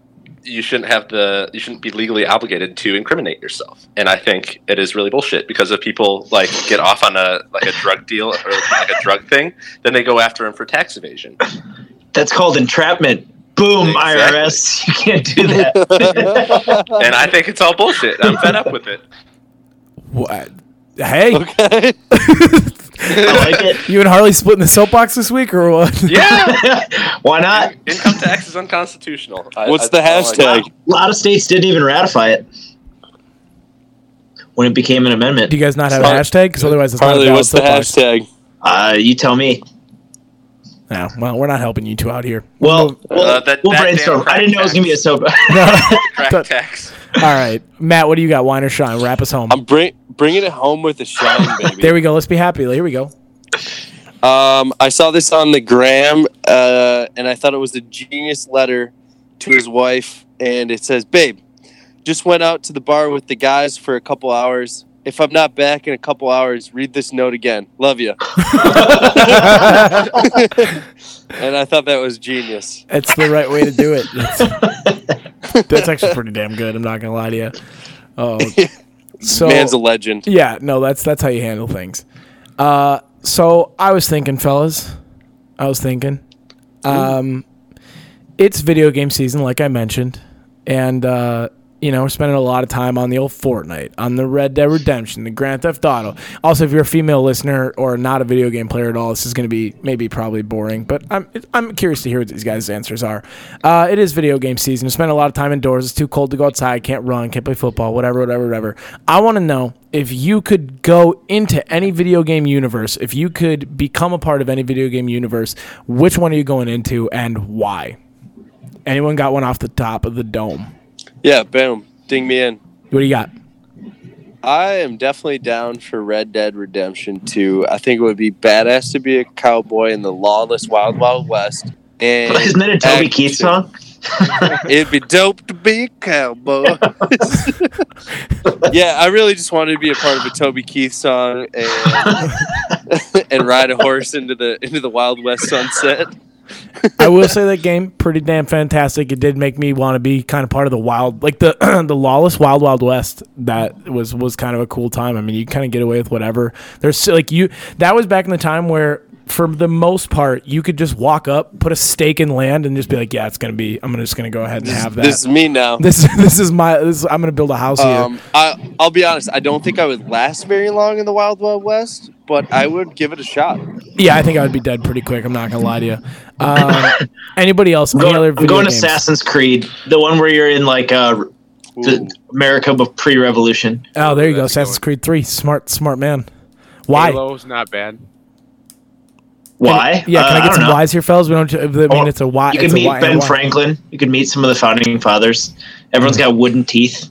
Speaker 4: you shouldn't have the you shouldn't be legally obligated to incriminate yourself. And I think it is really bullshit because if people like get off on a like a drug deal or like a drug thing, then they go after them for tax evasion.
Speaker 5: That's called entrapment. Boom,
Speaker 4: Exactly.
Speaker 5: IRS. <laughs> You can't
Speaker 1: <laughs>
Speaker 5: do that.
Speaker 4: And I think it's all bullshit. I'm fed up with it.
Speaker 2: What? Hey,
Speaker 1: Okay.
Speaker 5: I like it.
Speaker 2: you and Harley splitting the soapbox this week or <laughs> what?
Speaker 4: Yeah.
Speaker 5: <laughs> Why not?
Speaker 4: Income tax is unconstitutional. I-
Speaker 1: What's
Speaker 4: I-
Speaker 1: the
Speaker 4: I don't like
Speaker 1: hashtag?
Speaker 5: A lot of states didn't even ratify it when it became an amendment.
Speaker 2: Do you guys not have a
Speaker 1: Sorry.
Speaker 2: hashtag? Because otherwise, it's
Speaker 1: Harley,
Speaker 2: not a
Speaker 1: what's the
Speaker 2: valid soapbox.
Speaker 1: hashtag?
Speaker 5: Uh, you tell me.
Speaker 2: No, well, we're not helping you two out <laughs> here.
Speaker 5: Well, we'll,
Speaker 4: Uh, that-
Speaker 5: we'll
Speaker 4: that
Speaker 5: brainstorm.
Speaker 4: damn
Speaker 5: I didn't know it was gonna be a soap.
Speaker 4: that. Crack tax.
Speaker 2: All right, Matt, what do you got? Wine or shine? Wrap us home.
Speaker 1: I'm bring, bringing it home with a
Speaker 2: <laughs>
Speaker 1: shine, baby.
Speaker 2: there we go. Let's be happy. Here we go.
Speaker 1: Um, I saw this on the gram, uh, and I thought it was a genius letter to his wife. And it says, "Babe, just went out to the bar with the guys for a couple hours. If I'm not back in a couple hours, read this note again. Love you." and I thought that was genius.
Speaker 2: That's the right way to do it. That's, that's actually pretty damn good. I'm not gonna lie to you. Oh, so
Speaker 1: Man's a legend.
Speaker 2: Yeah, no, that's that's how you handle things. Uh, so I was thinking, fellas, I was thinking, um, it's video game season, like I mentioned, and uh, you know we're spending a lot of time on the old Fortnite, on the Red Dead Redemption, the Grand Theft Auto. Also, if you're a female listener or not a video game player at all, this is going to be maybe probably boring, but I'm I'm curious to hear what these guys' answers are. Uh, it is video game season. We spend a lot of time indoors. It's too cold to go outside. Can't run. Can't play football. Whatever, whatever, whatever. I want to know if you could go into any video game universe, if you could become a part of any video game universe, which one are you going into and why? Anyone got one off the top of the dome?
Speaker 1: Yeah, boom, ding me in.
Speaker 2: What do you got?
Speaker 1: I am definitely down for Red Dead Redemption 2. I think it would be badass to be a cowboy in the lawless Wild Wild West. And
Speaker 5: <laughs> Isn't that a Toby Keith song?
Speaker 1: It'd be dope to be a cowboy. yeah, I really just wanted to be a part of a Toby Keith song and and ride a horse into the into the Wild West sunset.
Speaker 2: I <laughs> will say that game pretty damn fantastic. It did make me want to be kind of part of the wild, like the <clears throat> the lawless wild wild west. That was was kind of a cool time. I mean, you kind of get away with whatever. There's so- like you that was back in the time where. For the most part, you could just walk up, put a stake in land, and just be like, "Yeah, it's gonna be. I'm just gonna go ahead and have that.
Speaker 1: This is me now.
Speaker 2: <laughs> This this is my. This, I'm gonna build a house
Speaker 1: Um, I, I'll be honest. I don't think I would last very long in the Wild Wild West, but I would give it a shot.
Speaker 2: here. Yeah, I think I would be dead pretty quick. I'm not gonna lie
Speaker 1: <laughs>
Speaker 2: to you. Uh, anybody else?
Speaker 5: I'm
Speaker 2: Any other
Speaker 5: going, I'm
Speaker 2: video
Speaker 5: going
Speaker 2: games?
Speaker 5: Assassin's Creed, the one where you're in like uh,
Speaker 1: Ooh.
Speaker 5: the America bef- pre-revolution.
Speaker 2: Oh, there you go.
Speaker 3: That's
Speaker 2: Assassin's Creed Three. Smart, smart man. <laughs> Why?
Speaker 3: Halo's not bad.
Speaker 5: Why?
Speaker 2: Yeah, can I
Speaker 5: Uh,
Speaker 2: get
Speaker 5: don't
Speaker 2: some
Speaker 5: know.
Speaker 2: whys here, fellas? We don't. I mean,
Speaker 5: Or
Speaker 2: it's a why.
Speaker 5: You
Speaker 2: it's
Speaker 5: could
Speaker 2: a
Speaker 5: meet
Speaker 2: why and a
Speaker 5: Ben
Speaker 2: why.
Speaker 5: Franklin. You could meet some of the founding fathers. Everyone's got wooden teeth.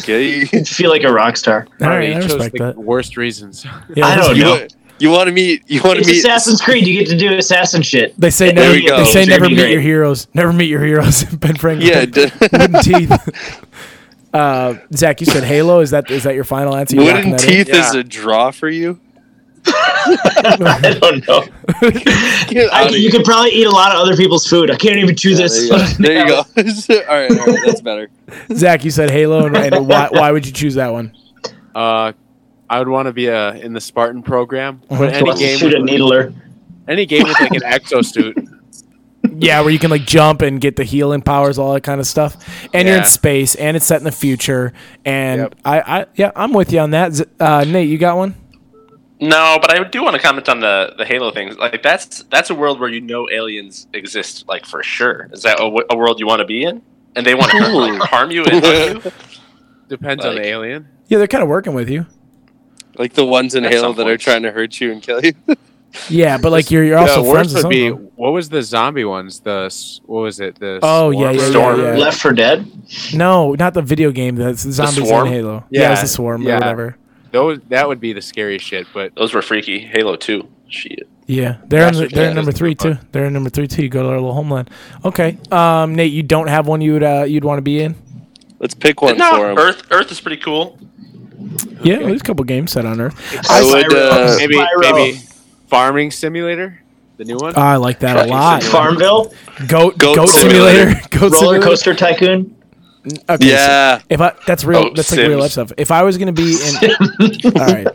Speaker 1: Okay.
Speaker 5: You'd feel like a rock star.
Speaker 2: All
Speaker 3: Alright,
Speaker 2: right, I
Speaker 3: you chose
Speaker 2: respect
Speaker 3: the
Speaker 2: that.
Speaker 3: worst reasons. <laughs>
Speaker 2: Yeah,
Speaker 5: I
Speaker 2: that's-
Speaker 5: don't
Speaker 1: you,
Speaker 5: know.
Speaker 1: want- you want to meet? You want to
Speaker 5: It's
Speaker 1: meet?
Speaker 5: Assassin's Creed. You get to do assassin shit.
Speaker 2: <laughs> They say
Speaker 5: There
Speaker 2: never.
Speaker 1: we go.
Speaker 2: They say
Speaker 5: Jeremy
Speaker 2: never meet
Speaker 5: Grant.
Speaker 2: your <laughs> heroes. Never meet your heroes. <laughs> ben Franklin.
Speaker 1: Yeah, d-
Speaker 2: wooden
Speaker 5: <laughs>
Speaker 2: teeth. Uh, Zach, you said Halo. Is that is that your final answer? You
Speaker 1: wooden
Speaker 2: locking that in?
Speaker 1: teeth is
Speaker 4: Yeah.
Speaker 1: a draw for you.
Speaker 5: <laughs> I don't know. I,
Speaker 1: outta
Speaker 5: you
Speaker 1: here.
Speaker 5: could probably eat a lot of other people's food. I can't even chew this.
Speaker 1: There you go. <laughs> There you go. all, right, all right, that's better.
Speaker 2: <laughs> Zach, you said Halo, and, and why, why would you choose that one?
Speaker 3: Uh, I would want to be uh, in the Spartan program.
Speaker 2: Uh-huh.
Speaker 3: But any
Speaker 5: Wants to
Speaker 3: game,
Speaker 5: shoot a needler.
Speaker 3: any game with like an
Speaker 1: <laughs>
Speaker 3: exosuit.
Speaker 2: Yeah, where you can like jump and get the healing powers, all that kind of stuff. And you're in
Speaker 3: Yeah.
Speaker 2: space, and it's set in the future. And
Speaker 3: Yep.
Speaker 2: I, I, yeah, I'm with you on that. Z- Uh, Nate, you got one?
Speaker 4: <laughs> No, but I do want to comment on the the Halo things. Like that's that's a world where you know aliens exist, like for sure. Is that a, wo- a world you want to be in? And they want to like, harm you and hunt you.
Speaker 3: Depends on the
Speaker 4: Like-
Speaker 3: alien.
Speaker 2: Yeah, they're kind of working with you.
Speaker 1: Like the ones in
Speaker 4: At
Speaker 1: Halo
Speaker 4: some
Speaker 1: that are
Speaker 4: point.
Speaker 1: trying to hurt you and kill you. <laughs>
Speaker 2: Yeah, but like you're, you're also
Speaker 3: the
Speaker 2: friends
Speaker 3: worst
Speaker 2: with
Speaker 3: would
Speaker 2: some.
Speaker 3: be
Speaker 2: Be,
Speaker 3: what was the zombie ones? The s- what was it? The swarm
Speaker 2: Oh, yeah,
Speaker 3: or
Speaker 2: yeah, yeah,
Speaker 3: storm?
Speaker 2: yeah.
Speaker 5: Left for Dead.
Speaker 2: no, not the video game. That's the zombies in
Speaker 4: Swarm?
Speaker 2: Halo. Yeah, it's
Speaker 3: Yeah,
Speaker 2: the swarm or
Speaker 3: yeah.
Speaker 2: whatever.
Speaker 3: Those that would be the scary shit. But
Speaker 4: <laughs> Those were freaky. Halo Two. Shit.
Speaker 2: Yeah, they're in,
Speaker 4: Bastard
Speaker 2: they're in
Speaker 4: Dad
Speaker 2: number
Speaker 4: is
Speaker 2: three too.
Speaker 4: number
Speaker 2: They're in number three too. You go to our little homeland. Okay, um, Nate, you don't have one you would uh, you'd want to be in.
Speaker 1: Let's pick one for
Speaker 4: No,
Speaker 1: him.
Speaker 4: Earth Earth is pretty cool.
Speaker 2: Yeah, there's a couple games set on Earth.
Speaker 1: I would. Uh,
Speaker 3: maybe
Speaker 5: Spyro.
Speaker 3: maybe farming simulator, the new one.
Speaker 2: Oh, I like that a lot.
Speaker 5: Farmville.
Speaker 2: Goat
Speaker 1: Goat
Speaker 2: Goat, Simulator. <laughs>
Speaker 1: Simulator.
Speaker 2: Goat
Speaker 5: Roller
Speaker 2: Simulator.
Speaker 5: Coaster Tycoon.
Speaker 2: Okay, so
Speaker 1: yeah.
Speaker 2: if I that's real,
Speaker 4: Oh,
Speaker 2: that's like real
Speaker 4: Sims.
Speaker 2: life stuff. If I was gonna be in, <laughs> all right.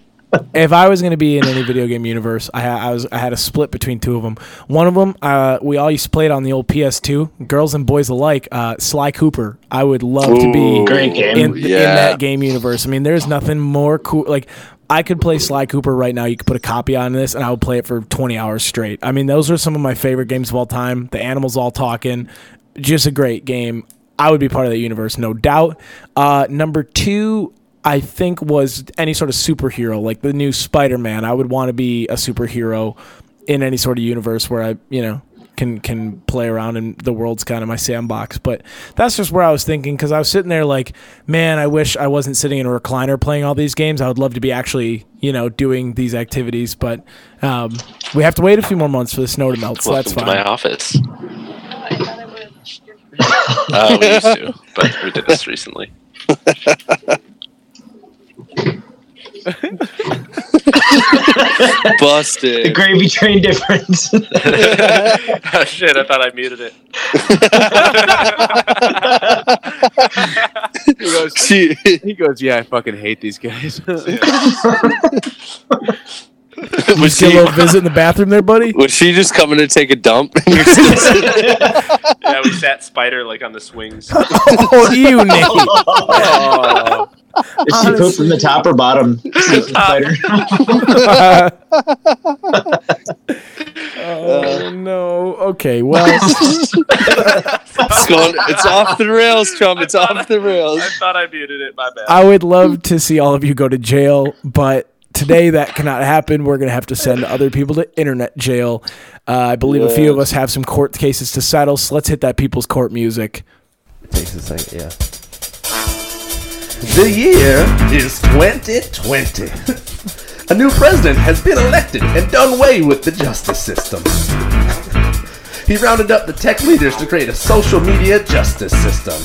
Speaker 2: If I was gonna be in any video game universe, I, ha- I was I had a split between two of them. One of them, uh, we all used to play it on the old PS2, girls and boys alike. Uh, Sly Cooper, I would love to be
Speaker 1: Ooh,
Speaker 5: Great game.
Speaker 2: in, in
Speaker 1: yeah.
Speaker 2: that game universe. I mean, there's nothing more cool. Like, I could play Sly Cooper right now. You could put a copy on this, and I would play it for 20 hours straight. I mean, those are some of my favorite games of all time. The animals all talking, just a great game. I would be part of that universe, no doubt. Uh, number two, I think was any sort of superhero, like the new Spider-Man. I would want to be a superhero in any sort of universe where I, you know, can can play around and the world's kind of my sandbox. But that's just where I was thinking because I was sitting there like, man, I wish I wasn't sitting in a recliner playing all these games. I would love to be actually, you know, doing these activities. But um, we have to wait a few more months for the snow to melt, so
Speaker 4: Welcome
Speaker 2: that's
Speaker 4: to my
Speaker 2: fine.
Speaker 4: office.
Speaker 5: <laughs>
Speaker 4: Uh, we used to, but we did this recently.
Speaker 5: The
Speaker 2: <laughs>
Speaker 1: Busted. <laughs>
Speaker 5: gravy train difference. <laughs>
Speaker 4: <laughs> oh, shit, I thought I muted it. <laughs>
Speaker 3: He goes,
Speaker 1: Gee.
Speaker 3: he goes, yeah, I fucking hate these guys. <laughs>
Speaker 2: You
Speaker 1: was,
Speaker 2: see a
Speaker 1: she,
Speaker 2: little visit in the bathroom there,
Speaker 4: <laughs>
Speaker 2: buddy.
Speaker 1: was she just coming to take a dump? <laughs> You're
Speaker 2: <laughs>
Speaker 1: still sitting-
Speaker 4: Yeah, we sat spider like on the swings.
Speaker 2: oh, you,
Speaker 4: <laughs>
Speaker 2: Nick. <laughs>
Speaker 3: oh,
Speaker 5: Did she poop from the top or bottom? Spider. <laughs>
Speaker 2: oh no. Okay. Well,
Speaker 4: <laughs>
Speaker 1: it's, going, it's off the rails, Trump. It's off the rails.
Speaker 4: I thought I muted it. My bad.
Speaker 2: I would love to see all of you go to jail, but today that cannot happen. We're going to have to send other people to internet jail. Uh, I believe a few of us have some court cases to settle, so let's hit that people's court music.
Speaker 7: Takes a second, yeah.
Speaker 9: The year is 2020. A new president has been elected and done away with the justice system. He rounded up the tech leaders to create a social media justice system.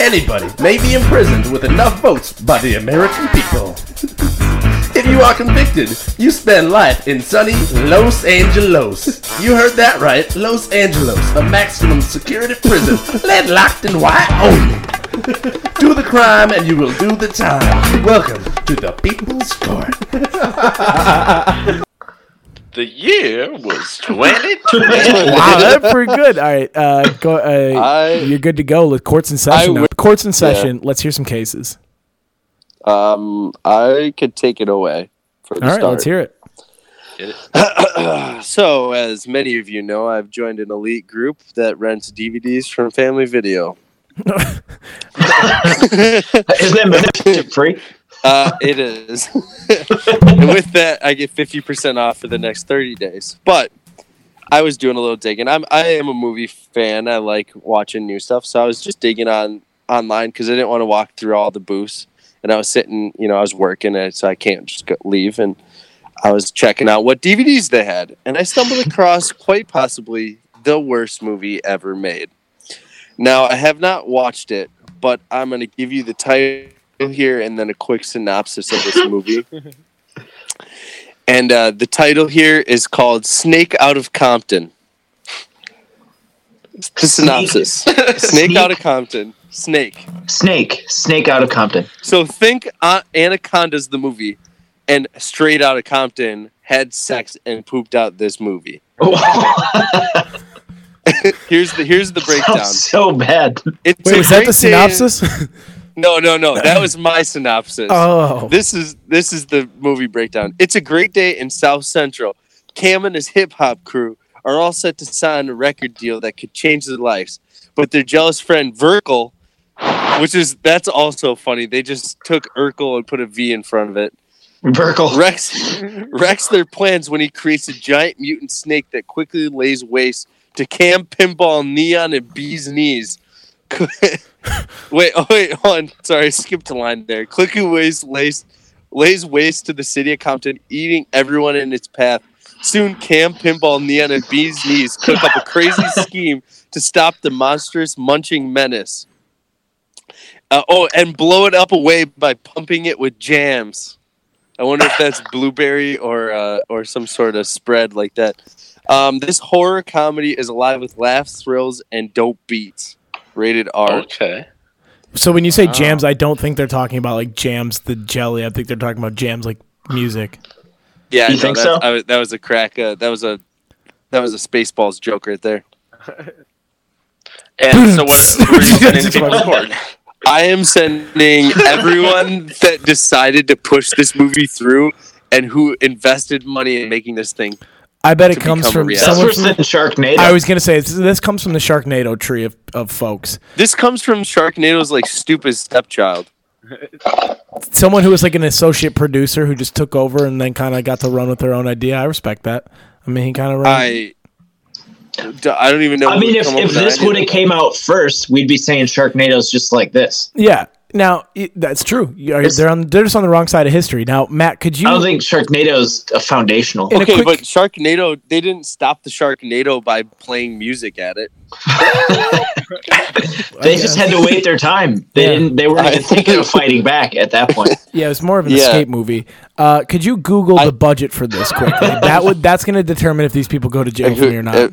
Speaker 9: Anybody may be imprisoned with enough votes by the American people. If you are convicted, you spend life in sunny Los Angeles. You heard that right, Los Angeles, a maximum security prison, lead locked and wide open. Do the crime and you will do the time. Welcome to the People's Court.
Speaker 4: The year was 2020.
Speaker 2: <laughs> Wow, that's pretty good. All right, uh, go, uh,
Speaker 1: I-
Speaker 2: you're good to go. Look, court's in
Speaker 1: I
Speaker 2: session. now.
Speaker 1: wi-
Speaker 2: court's in session. Let's hear some cases.
Speaker 1: Um, I could take it away. For the
Speaker 2: All right,
Speaker 1: start.
Speaker 2: let's hear it.
Speaker 1: So, as many of you know, I've joined an elite group that rents DVDs from Family
Speaker 2: <laughs>
Speaker 1: Video. <laughs>
Speaker 5: Isn't that membership free?
Speaker 1: Uh, it is. and with that, I get fifty percent off for the next thirty days. But I was doing a little digging. I'm I am a movie fan. I like watching new stuff, so I was just digging on online because I didn't want to walk through all the booths. And I was sitting, you know, I was working, and so I can't just go, leave. And I was checking out what DVDs they had, and I stumbled across quite possibly the worst movie ever made. Now I have not watched it, but I'm going to give you the title here and then a quick synopsis of this movie. And uh, the title here is called Snake Out of Compton. The synopsis <laughs> Snake, Out of Compton. Snake.
Speaker 5: Snake, snake out of <laughs> Compton.
Speaker 1: So think uh, Anaconda's the movie, and Straight Out of Compton had sex and pooped out this movie. here's the here's
Speaker 2: <laughs>
Speaker 1: the breakdown.
Speaker 5: so bad.
Speaker 1: It's
Speaker 2: Wait,
Speaker 1: a
Speaker 2: is that the
Speaker 1: breakdown-
Speaker 2: synopsis?
Speaker 1: No, no, no. That was my synopsis.
Speaker 2: <laughs> Oh.
Speaker 1: This is this is the movie breakdown. It's a great day in South Central. Cam and his hip hop crew are all set to sign a record deal that could change their lives. But their jealous friend Verkel, which is that's also funny. They just took Urkel and put a V in front of it. <laughs>
Speaker 5: Burkle.
Speaker 1: Rex wrecks their plans when he creates a giant mutant snake that quickly lays waste to Cam, Pinball, Neon, and Bee's knees. <laughs> wait, oh wait, hold on. Sorry, I skipped a line there. Clicky ways lays lays waste to the city of Compton, eating everyone in its path. Soon, Cam, Pinball, Neon, and Bee's knees cook up a
Speaker 5: <laughs>
Speaker 1: crazy scheme to stop the monstrous munching menace. Uh, oh, and blow it up away by pumping it with jams. I wonder if
Speaker 5: <laughs>
Speaker 1: that's blueberry or uh, or some sort of spread like that. Um, this horror comedy is alive with laughs, thrills, and dope beats. Rated R.
Speaker 4: Okay.
Speaker 2: So when you say jams, I don't think they're talking about like jams the jelly. I think they're talking about jams like music.
Speaker 1: Yeah,
Speaker 5: You
Speaker 1: no,
Speaker 5: think
Speaker 1: that,
Speaker 5: so?
Speaker 1: I was- that was a crack. Uh, that was a that was a Spaceballs joke right there.
Speaker 4: And so what who are you sending the people toward?
Speaker 1: I am sending everyone that decided to push this movie through and who invested money in making this thing.
Speaker 2: I bet it
Speaker 1: To
Speaker 2: comes
Speaker 1: become
Speaker 2: from
Speaker 1: a reality.
Speaker 5: That's
Speaker 2: someone
Speaker 5: worse
Speaker 2: from
Speaker 5: than Sharknado.
Speaker 2: I was gonna say this- this comes from the Sharknado tree of, of folks.
Speaker 1: This comes from Sharknado's like stupid stepchild.
Speaker 2: Someone who was like an associate producer who just took over and then kind of got to run with their own idea. I respect that. I mean, he kind of ran.
Speaker 1: I I don't even know.
Speaker 5: I
Speaker 1: who
Speaker 5: mean,
Speaker 1: would
Speaker 5: if,
Speaker 1: come up
Speaker 5: if
Speaker 1: with that
Speaker 5: this
Speaker 1: idea.
Speaker 5: would have came out first, we'd be saying Sharknado's just like this.
Speaker 2: yeah. Now i that's true. You are-
Speaker 5: It's-
Speaker 2: They're on. They're just on the wrong side of history. Now, Matt, could you?
Speaker 5: I don't think Sharknado's a foundational.
Speaker 2: in a
Speaker 1: Okay,
Speaker 2: quick-
Speaker 1: but Sharknado, they didn't stop the Sharknado by playing music at it.
Speaker 5: They just had to wait their time. They
Speaker 2: Yeah.
Speaker 5: didn't. They weren't
Speaker 1: I-
Speaker 5: even thinking of fighting back at
Speaker 1: <laughs>
Speaker 5: that point.
Speaker 2: Yeah, it's more of an
Speaker 1: Yeah.
Speaker 2: escape movie. Uh, could you Google the budget for this quickly? that would that's going to determine if these people go to jail for me or not.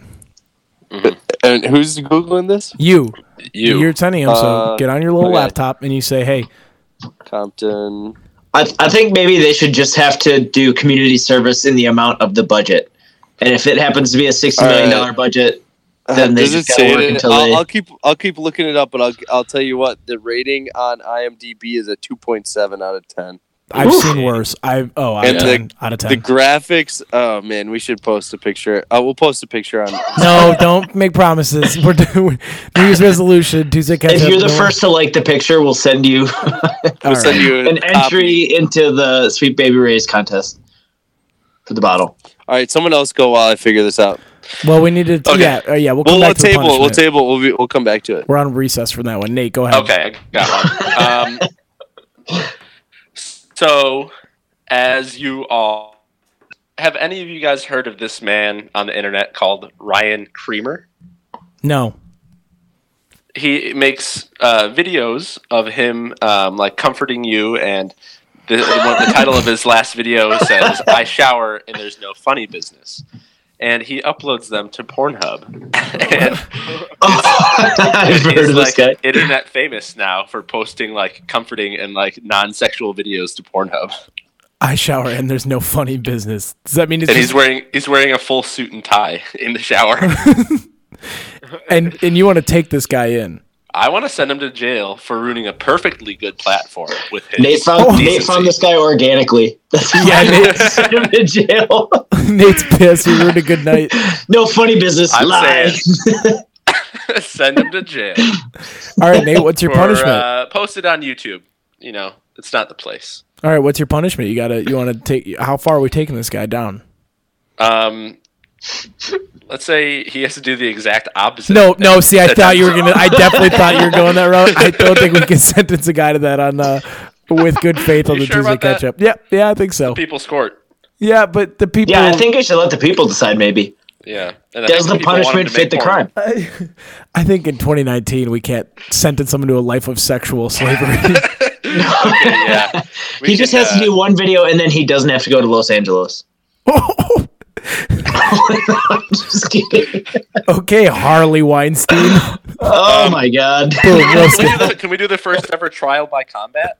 Speaker 1: Uh, And who's googling this?
Speaker 2: you,
Speaker 4: You.
Speaker 2: are sending them. so
Speaker 1: Uh,
Speaker 2: get on your little
Speaker 1: okay.
Speaker 2: laptop and you say, "Hey,
Speaker 1: Compton.
Speaker 5: I, I think maybe they should just have to do community service in the amount of the budget. And if it happens to be a sixty million dollar
Speaker 1: Alright.
Speaker 5: budget, <laughs> Then they
Speaker 1: Uh, Does
Speaker 5: just
Speaker 1: it
Speaker 5: gotta
Speaker 1: say
Speaker 5: work
Speaker 1: it?
Speaker 5: until
Speaker 1: I'll,
Speaker 5: they-
Speaker 1: I'll keep I'll keep looking it up, but I'll I'll tell you what the rating on IMDb is a two point seven out of ten.
Speaker 2: I've
Speaker 5: Oof.
Speaker 2: seen worse. I oh, out of
Speaker 1: And the-
Speaker 2: ten, out of
Speaker 1: The
Speaker 2: ten.
Speaker 1: graphics, oh man, we should post a picture. Uh, we'll post a picture on.
Speaker 2: no, don't make promises. We're doing New Year's resolution. Tuesday catch
Speaker 5: if
Speaker 2: up,
Speaker 5: you're the
Speaker 2: no-
Speaker 5: first to like the picture, we'll
Speaker 1: <laughs>
Speaker 5: send you
Speaker 2: All
Speaker 1: We'll send
Speaker 2: right.
Speaker 1: you a
Speaker 5: an
Speaker 1: copy.
Speaker 5: entry into the Sweet Baby Ray's contest for the bottle.
Speaker 1: <laughs>
Speaker 5: <laughs>
Speaker 1: All right, someone else go while I figure this out.
Speaker 2: Well, we needed.
Speaker 4: Okay.
Speaker 2: Yeah, uh, yeah. We'll come
Speaker 1: We'll, we'll
Speaker 2: back to the
Speaker 1: table. it, We'll
Speaker 2: punishment.
Speaker 1: table. it, We'll be, we'll come back to it.
Speaker 2: We're on recess from that one. Nate, go ahead.
Speaker 4: Okay, I got one. Um, so, as you all have any of you guys heard of this man on the internet called Ryan Creamer?
Speaker 2: No.
Speaker 4: he makes uh, videos of him um, like comforting you and the, the, one, the title of his last video says i shower and there's no funny business and he uploads them to pornhub <laughs> and
Speaker 5: I've heard
Speaker 4: he's
Speaker 5: of
Speaker 4: like
Speaker 5: this guy.
Speaker 4: internet famous now for posting like comforting and like non-sexual videos to pornhub
Speaker 2: I shower and there's no funny business. Does that mean it's
Speaker 4: and
Speaker 2: just
Speaker 4: he's wearing he's wearing a full suit and tie in
Speaker 5: <laughs>
Speaker 4: the shower
Speaker 2: and and you want to take this guy in? <laughs>
Speaker 4: i want to send him to jail for ruining a perfectly good platform with his
Speaker 5: Nate found Nate
Speaker 4: decency.
Speaker 5: found this guy organically. That's
Speaker 2: Oh, Yeah,
Speaker 5: <laughs> yeah,
Speaker 2: Nate-
Speaker 5: Nate sent him to jail. <laughs>
Speaker 2: Nate's pissed. He ruined a good night.
Speaker 5: No funny business.
Speaker 4: I'm
Speaker 5: Lie.
Speaker 4: <laughs> send him to jail
Speaker 2: All right, Nate,
Speaker 4: <laughs>
Speaker 2: what's your
Speaker 4: or,
Speaker 2: punishment?
Speaker 4: Uh, post it on YouTube. You know, it's not the place.
Speaker 2: All right, what's your punishment? You gotta. You want to take? How far are we taking this guy down?
Speaker 4: Um, let's say he has to do the exact opposite.
Speaker 2: No,
Speaker 4: of
Speaker 2: no.
Speaker 4: that.
Speaker 2: See, I thought
Speaker 4: <laughs>
Speaker 2: you were gonna. I definitely thought you were going that route. I don't think we can sentence a guy to that on uh, with good faith on
Speaker 4: You
Speaker 2: the
Speaker 4: sure
Speaker 2: Tuesday
Speaker 4: about that?
Speaker 2: catch up. Yeah, yeah, I think so.
Speaker 4: People squirt.
Speaker 2: Yeah, but the people.
Speaker 5: <laughs> Yeah, I think I should let the people decide. Maybe
Speaker 4: Yeah. And I
Speaker 5: does
Speaker 4: think
Speaker 5: the
Speaker 4: people want him
Speaker 5: punishment
Speaker 4: to
Speaker 5: fit
Speaker 4: make
Speaker 5: the
Speaker 4: porn.
Speaker 5: crime?
Speaker 2: I, I think in 2019 we can't sentence someone to a life of sexual slavery. <laughs>
Speaker 4: Okay, <laughs> yeah. We
Speaker 5: he just <laughs>
Speaker 4: can,
Speaker 5: has to
Speaker 4: uh,
Speaker 5: do one video and then he doesn't have to go to Los Angeles. <laughs> Just kidding.
Speaker 2: okay, Harley Weinstein.
Speaker 5: Oh my god.
Speaker 2: Boom,
Speaker 5: <laughs>
Speaker 2: roasted.
Speaker 4: Can we do the- can we do the first ever trial
Speaker 2: <laughs>
Speaker 4: by combat?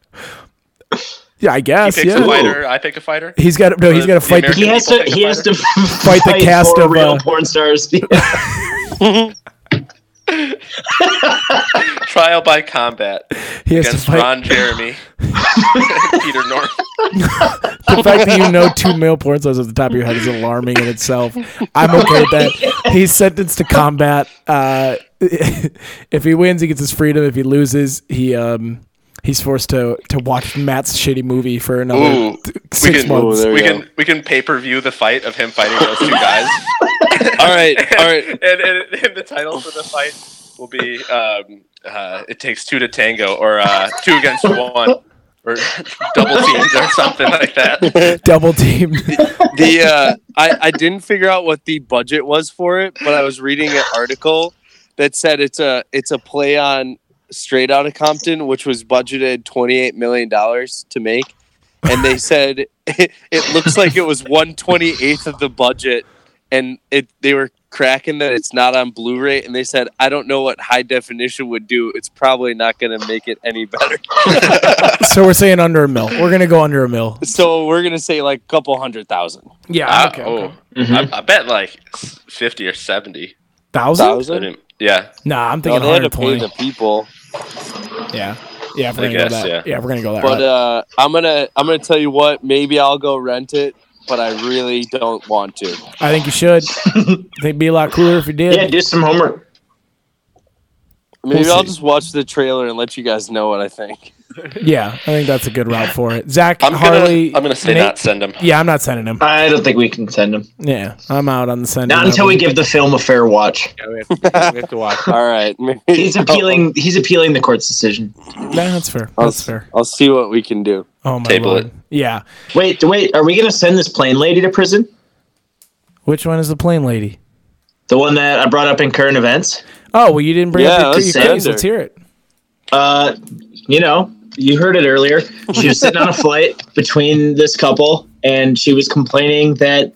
Speaker 2: yeah, I
Speaker 4: He
Speaker 2: guess.
Speaker 4: picks a
Speaker 2: Yeah.
Speaker 4: fighter. I pick a fighter.
Speaker 2: He's got no. He's
Speaker 4: The-
Speaker 2: got to
Speaker 4: the
Speaker 2: fight. The,
Speaker 4: American-
Speaker 5: He has to. He has to
Speaker 2: Fight the cast
Speaker 5: four
Speaker 2: of,
Speaker 5: real
Speaker 2: uh, <laughs>
Speaker 5: porn stars. <laughs>
Speaker 4: Trial
Speaker 2: <laughs>
Speaker 4: by combat
Speaker 2: he has to
Speaker 4: against
Speaker 2: fight. <laughs>
Speaker 4: Ron Jeremy, <laughs> Peter North.
Speaker 2: The fact that you know two male porn stars off the top of your head is alarming in itself. I'm okay with that. He's sentenced to combat. Uh, <laughs> if he wins, he gets his freedom. If he loses, he um he's forced to to watch Matt's shitty movie for another
Speaker 4: Ooh,
Speaker 2: th-
Speaker 4: we
Speaker 2: six
Speaker 4: can
Speaker 2: months.
Speaker 1: There
Speaker 4: we
Speaker 1: you
Speaker 4: can we can pay per view the fight of him fighting those two guys.
Speaker 1: All
Speaker 4: <laughs>
Speaker 1: right, all right.
Speaker 4: and, and, and the title for the fight will be um, uh, "It Takes Two to Tango" or uh, "Two Against One" or "Double Teams" or something
Speaker 2: <laughs>
Speaker 4: like that.
Speaker 2: Double
Speaker 4: <laughs>
Speaker 2: team.
Speaker 1: the uh, I, I didn't figure out what the budget was for it, but I was reading an article that said it's a it's a play on Straight Outta Compton, which was budgeted twenty eight million dollars to make, and they said <laughs> it, it looks like it was one twenty eighth of the budget, and it they were cracking that it's not on Blu-ray, and they said I don't know what high definition would do. It's probably not going to make it any better. <laughs>
Speaker 2: so we're saying under a mil. We're gonna go under a mil.
Speaker 1: so we're gonna say like a couple hundred thousand.
Speaker 2: Yeah.
Speaker 4: Uh,
Speaker 2: Okay.
Speaker 4: oh,
Speaker 2: okay.
Speaker 5: Mm-hmm.
Speaker 4: I, I bet like s- fifty or seventy.
Speaker 2: Thousand?
Speaker 4: I didn't- Yeah,
Speaker 2: Nah, I'm
Speaker 1: No,
Speaker 2: thinking
Speaker 1: they had to pay
Speaker 2: 120.
Speaker 1: the people.
Speaker 2: Yeah. Yeah, if we're gonna
Speaker 4: I guess,
Speaker 2: go that. Yeah.
Speaker 4: yeah.
Speaker 2: we're gonna go that.
Speaker 1: But
Speaker 2: route.
Speaker 1: uh, I'm gonna I'm gonna tell you what. Maybe I'll go rent it, but I really don't want to.
Speaker 2: I think you should. I think it'd be a lot cooler if you did.
Speaker 5: yeah, do some homework.
Speaker 1: Maybe
Speaker 2: We'll
Speaker 1: I'll
Speaker 2: see.
Speaker 1: just watch the trailer and let you guys know what I <laughs> think.
Speaker 2: Yeah, I think that's a good route for it. Zach
Speaker 4: I'm
Speaker 2: Harley.
Speaker 4: gonna I'm gonna say
Speaker 2: Nate-
Speaker 4: not send him.
Speaker 2: Yeah, I'm not sending him.
Speaker 5: I don't think we can send him.
Speaker 2: Yeah, I'm out on the send.
Speaker 5: Not until we give the film a fair watch.
Speaker 3: Yeah, we, have to, we have to watch.
Speaker 1: All right, <laughs> maybe-
Speaker 5: He's
Speaker 4: Oh,
Speaker 5: appealing. He's appealing the court's decision.
Speaker 2: Nah, that's fair.
Speaker 1: I'll,
Speaker 2: That's fair.
Speaker 1: I'll see what we can
Speaker 5: <laughs>
Speaker 1: do.
Speaker 2: Oh my
Speaker 4: Table
Speaker 2: lord.
Speaker 4: it.
Speaker 2: Yeah.
Speaker 5: Wait, wait. Are we gonna send this plain lady to prison?
Speaker 2: Which one is the plain lady?
Speaker 5: The one that I brought up in current events.
Speaker 2: Oh well, you didn't bring
Speaker 1: Yeah,
Speaker 2: up your,
Speaker 1: let's
Speaker 2: your
Speaker 5: send
Speaker 2: case.
Speaker 1: her.
Speaker 2: Let's hear it.
Speaker 5: Uh, you know, you heard it earlier. She was sitting on a flight between this couple, and she was complaining that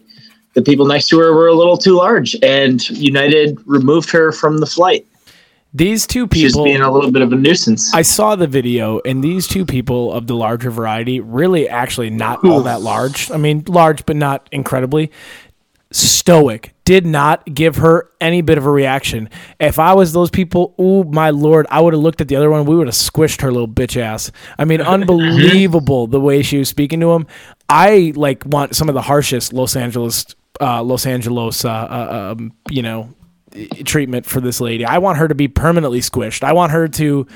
Speaker 5: the people next to her were a little too large, and United removed her from the flight.
Speaker 2: These two
Speaker 5: She was
Speaker 2: people.
Speaker 5: being a little bit of a nuisance.
Speaker 2: I saw the video, and these two people of the larger variety, really actually not all that large. I mean, large, but not incredibly. Stoic did not give her any bit of a reaction. If I was those people, oh my lord, I would have looked at the other one. We would have squished her little bitch ass. I mean, unbelievable the way she was speaking to him. I like want some of the harshest Los Angeles, uh, Los Angeles, uh, uh, um, you know, e, treatment for this lady. I want her to be permanently squished. I want her to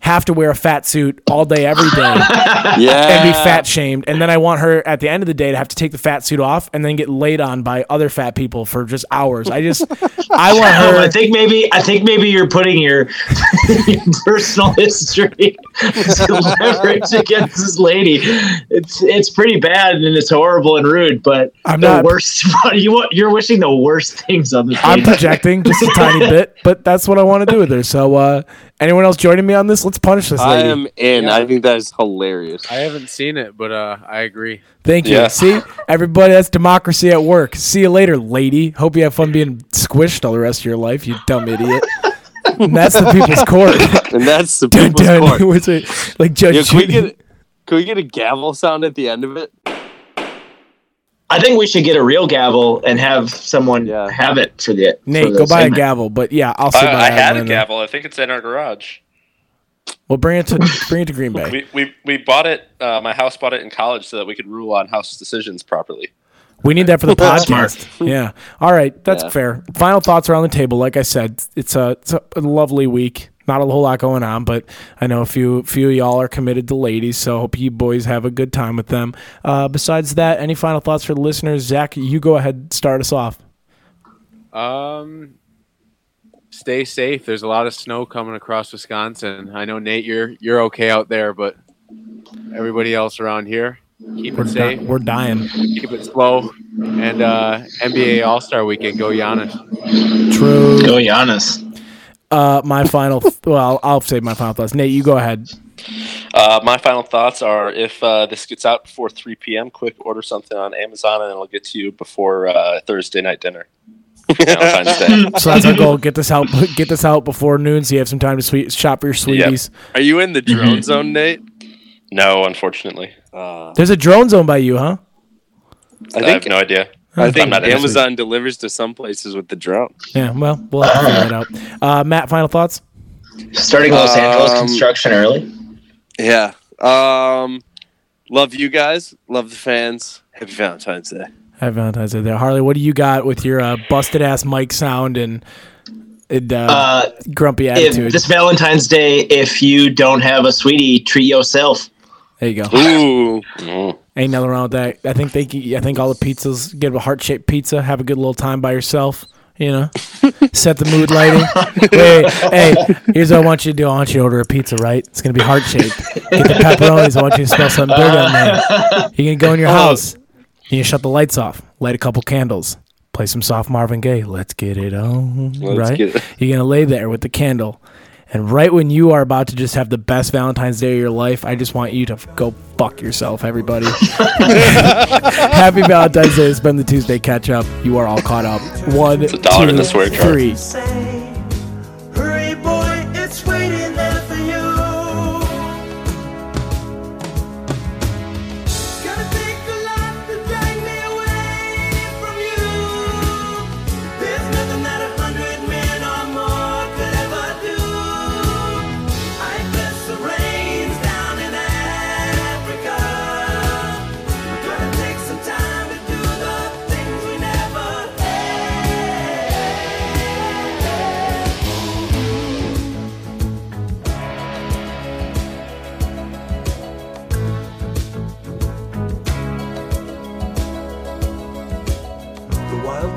Speaker 2: have to wear a fat suit all day every day
Speaker 1: Yeah,
Speaker 5: <laughs>
Speaker 2: and be fat shamed and then I want her at the end of the day to have to take the fat suit off and then get laid on by other fat people for just hours. I just
Speaker 5: <laughs>
Speaker 2: I want
Speaker 5: Oh, I
Speaker 2: her
Speaker 5: think maybe I think maybe you're putting your, <laughs> your personal history as <laughs> leverage against this lady. It's it's pretty bad and it's horrible and rude, but
Speaker 2: I'm
Speaker 5: the
Speaker 2: not-
Speaker 5: worst. <laughs> You want you're wishing the worst things on this
Speaker 2: I'm
Speaker 5: lady.
Speaker 2: projecting just a
Speaker 5: <laughs>
Speaker 2: tiny bit, but that's what I want to do with her. So uh anyone else joining me on this? Let's punish this
Speaker 1: I
Speaker 2: lady.
Speaker 1: am in. I think that is hilarious.
Speaker 3: I haven't seen it, but uh, I agree.
Speaker 2: Thank you.
Speaker 1: Yeah.
Speaker 2: See? Everybody, that's democracy at work. See you later, lady. Hope you have fun being squished all the rest of your life, you
Speaker 1: <laughs>
Speaker 2: dumb idiot. And that's the people's court.
Speaker 1: And that's the <laughs>
Speaker 2: dun,
Speaker 1: people's
Speaker 2: dun.
Speaker 1: court.
Speaker 2: <laughs> What's it? Like Judge
Speaker 1: Yeah, can we
Speaker 2: Judy.
Speaker 1: get can we get a gavel sound at the end of <laughs> it?
Speaker 5: I think we should get a real gavel and have someone
Speaker 1: Yeah.
Speaker 5: have it for the for
Speaker 2: Nate,
Speaker 5: the
Speaker 2: go buy a
Speaker 5: segment.
Speaker 2: gavel. But yeah, I'll sit
Speaker 4: I,
Speaker 2: by
Speaker 4: I had a
Speaker 2: one then.
Speaker 4: gavel. I think it's in our garage.
Speaker 2: Well, bring it to bring it to
Speaker 4: <laughs>
Speaker 2: Green Bay.
Speaker 4: We we, we bought it. Uh, my house bought it in college so that we could rule on house decisions properly.
Speaker 2: We need
Speaker 4: <laughs>
Speaker 2: that for the podcast. Yeah. All right, that's
Speaker 1: Yeah.
Speaker 2: fair. Final thoughts around the table. Like I said, it's a it's a lovely week. Not a whole lot going on, but I know a few few of y'all are committed to ladies, so hope you boys have a good time with them. Uh, besides that, any final thoughts for the listeners? Zach, you go ahead, start us off.
Speaker 3: Um, stay safe. There's a lot of snow coming across Wisconsin. I know Nate, you're you're okay out there, but everybody else around here, keep
Speaker 2: We're,
Speaker 3: it
Speaker 2: di-
Speaker 3: safe,
Speaker 2: we're dying.
Speaker 3: keep it slow, and uh, NBA All Star Weekend, go Giannis.
Speaker 2: True.
Speaker 5: Go Giannis.
Speaker 2: Uh, my final. well, I'll save my final thoughts. Nate, you go ahead.
Speaker 4: Uh, my final thoughts are: if uh, this gets out before 3 p.m., quick order something on Amazon, and it'll get to you before uh, Thursday night dinner.
Speaker 1: <laughs>
Speaker 2: <laughs>
Speaker 4: Valentine's Day.
Speaker 2: So that's our goal. Get this out. Get this out before noon, so you have some time to sweet, shop your sweeties.
Speaker 1: Are you in the drone zone, Nate?
Speaker 4: No, unfortunately,
Speaker 1: Uh,
Speaker 2: There's a drone zone by you, huh?
Speaker 4: I,
Speaker 1: think-
Speaker 4: have no idea.
Speaker 1: I think
Speaker 4: not in this
Speaker 1: Amazon delivers to some places with the drone.
Speaker 2: Yeah. Well, we'll have to figure that out. Uh, Matt, final thoughts.
Speaker 5: Starting Los Angeles
Speaker 1: Um,
Speaker 5: construction early.
Speaker 1: Yeah. Um, love you guys. Love the fans. Happy Valentine's Day.
Speaker 2: Happy Valentine's Day, there, Harley. What do you got with your uh, busted ass mic sound and, and uh,
Speaker 5: Uh,
Speaker 2: grumpy
Speaker 5: if,
Speaker 2: attitude?
Speaker 5: this Valentine's Day, if you don't have a sweetie, treat yourself.
Speaker 2: there you
Speaker 1: <laughs>
Speaker 2: go.
Speaker 1: Ooh.
Speaker 2: Ain't nothing wrong with that. I think they. can- I think all the pizzas get a heart shaped pizza. Have a good little time by yourself. You know, set the mood lighting. Wait, hey, here's what I want you to do. I want you to order a pizza, right? It's gonna be heart shaped. Get the pepperonis. I want you to smell something big on there. You're gonna go
Speaker 1: Oh.
Speaker 2: in your house. You shut the lights off. Light a couple candles. Play some soft Marvin Gaye. Let's get it on. right?
Speaker 1: get it.
Speaker 2: You're gonna lay there with the candle. And right when you are about to just have the best Valentine's Day of your life, I just want you to f- go fuck yourself, everybody. Happy Valentine's Day. It's been the Tuesday catch up. You are all caught up. One,
Speaker 4: a dollar
Speaker 2: two,
Speaker 4: in the swear jar.
Speaker 2: three.
Speaker 6: Say, hurry, boy, it's waiting there for you. Gonna take a lot to drag me away from you. There's nothing that a hundred men or more could ever do. I press the reins down in Africa. Gonna take some time to do the things we never had. The wild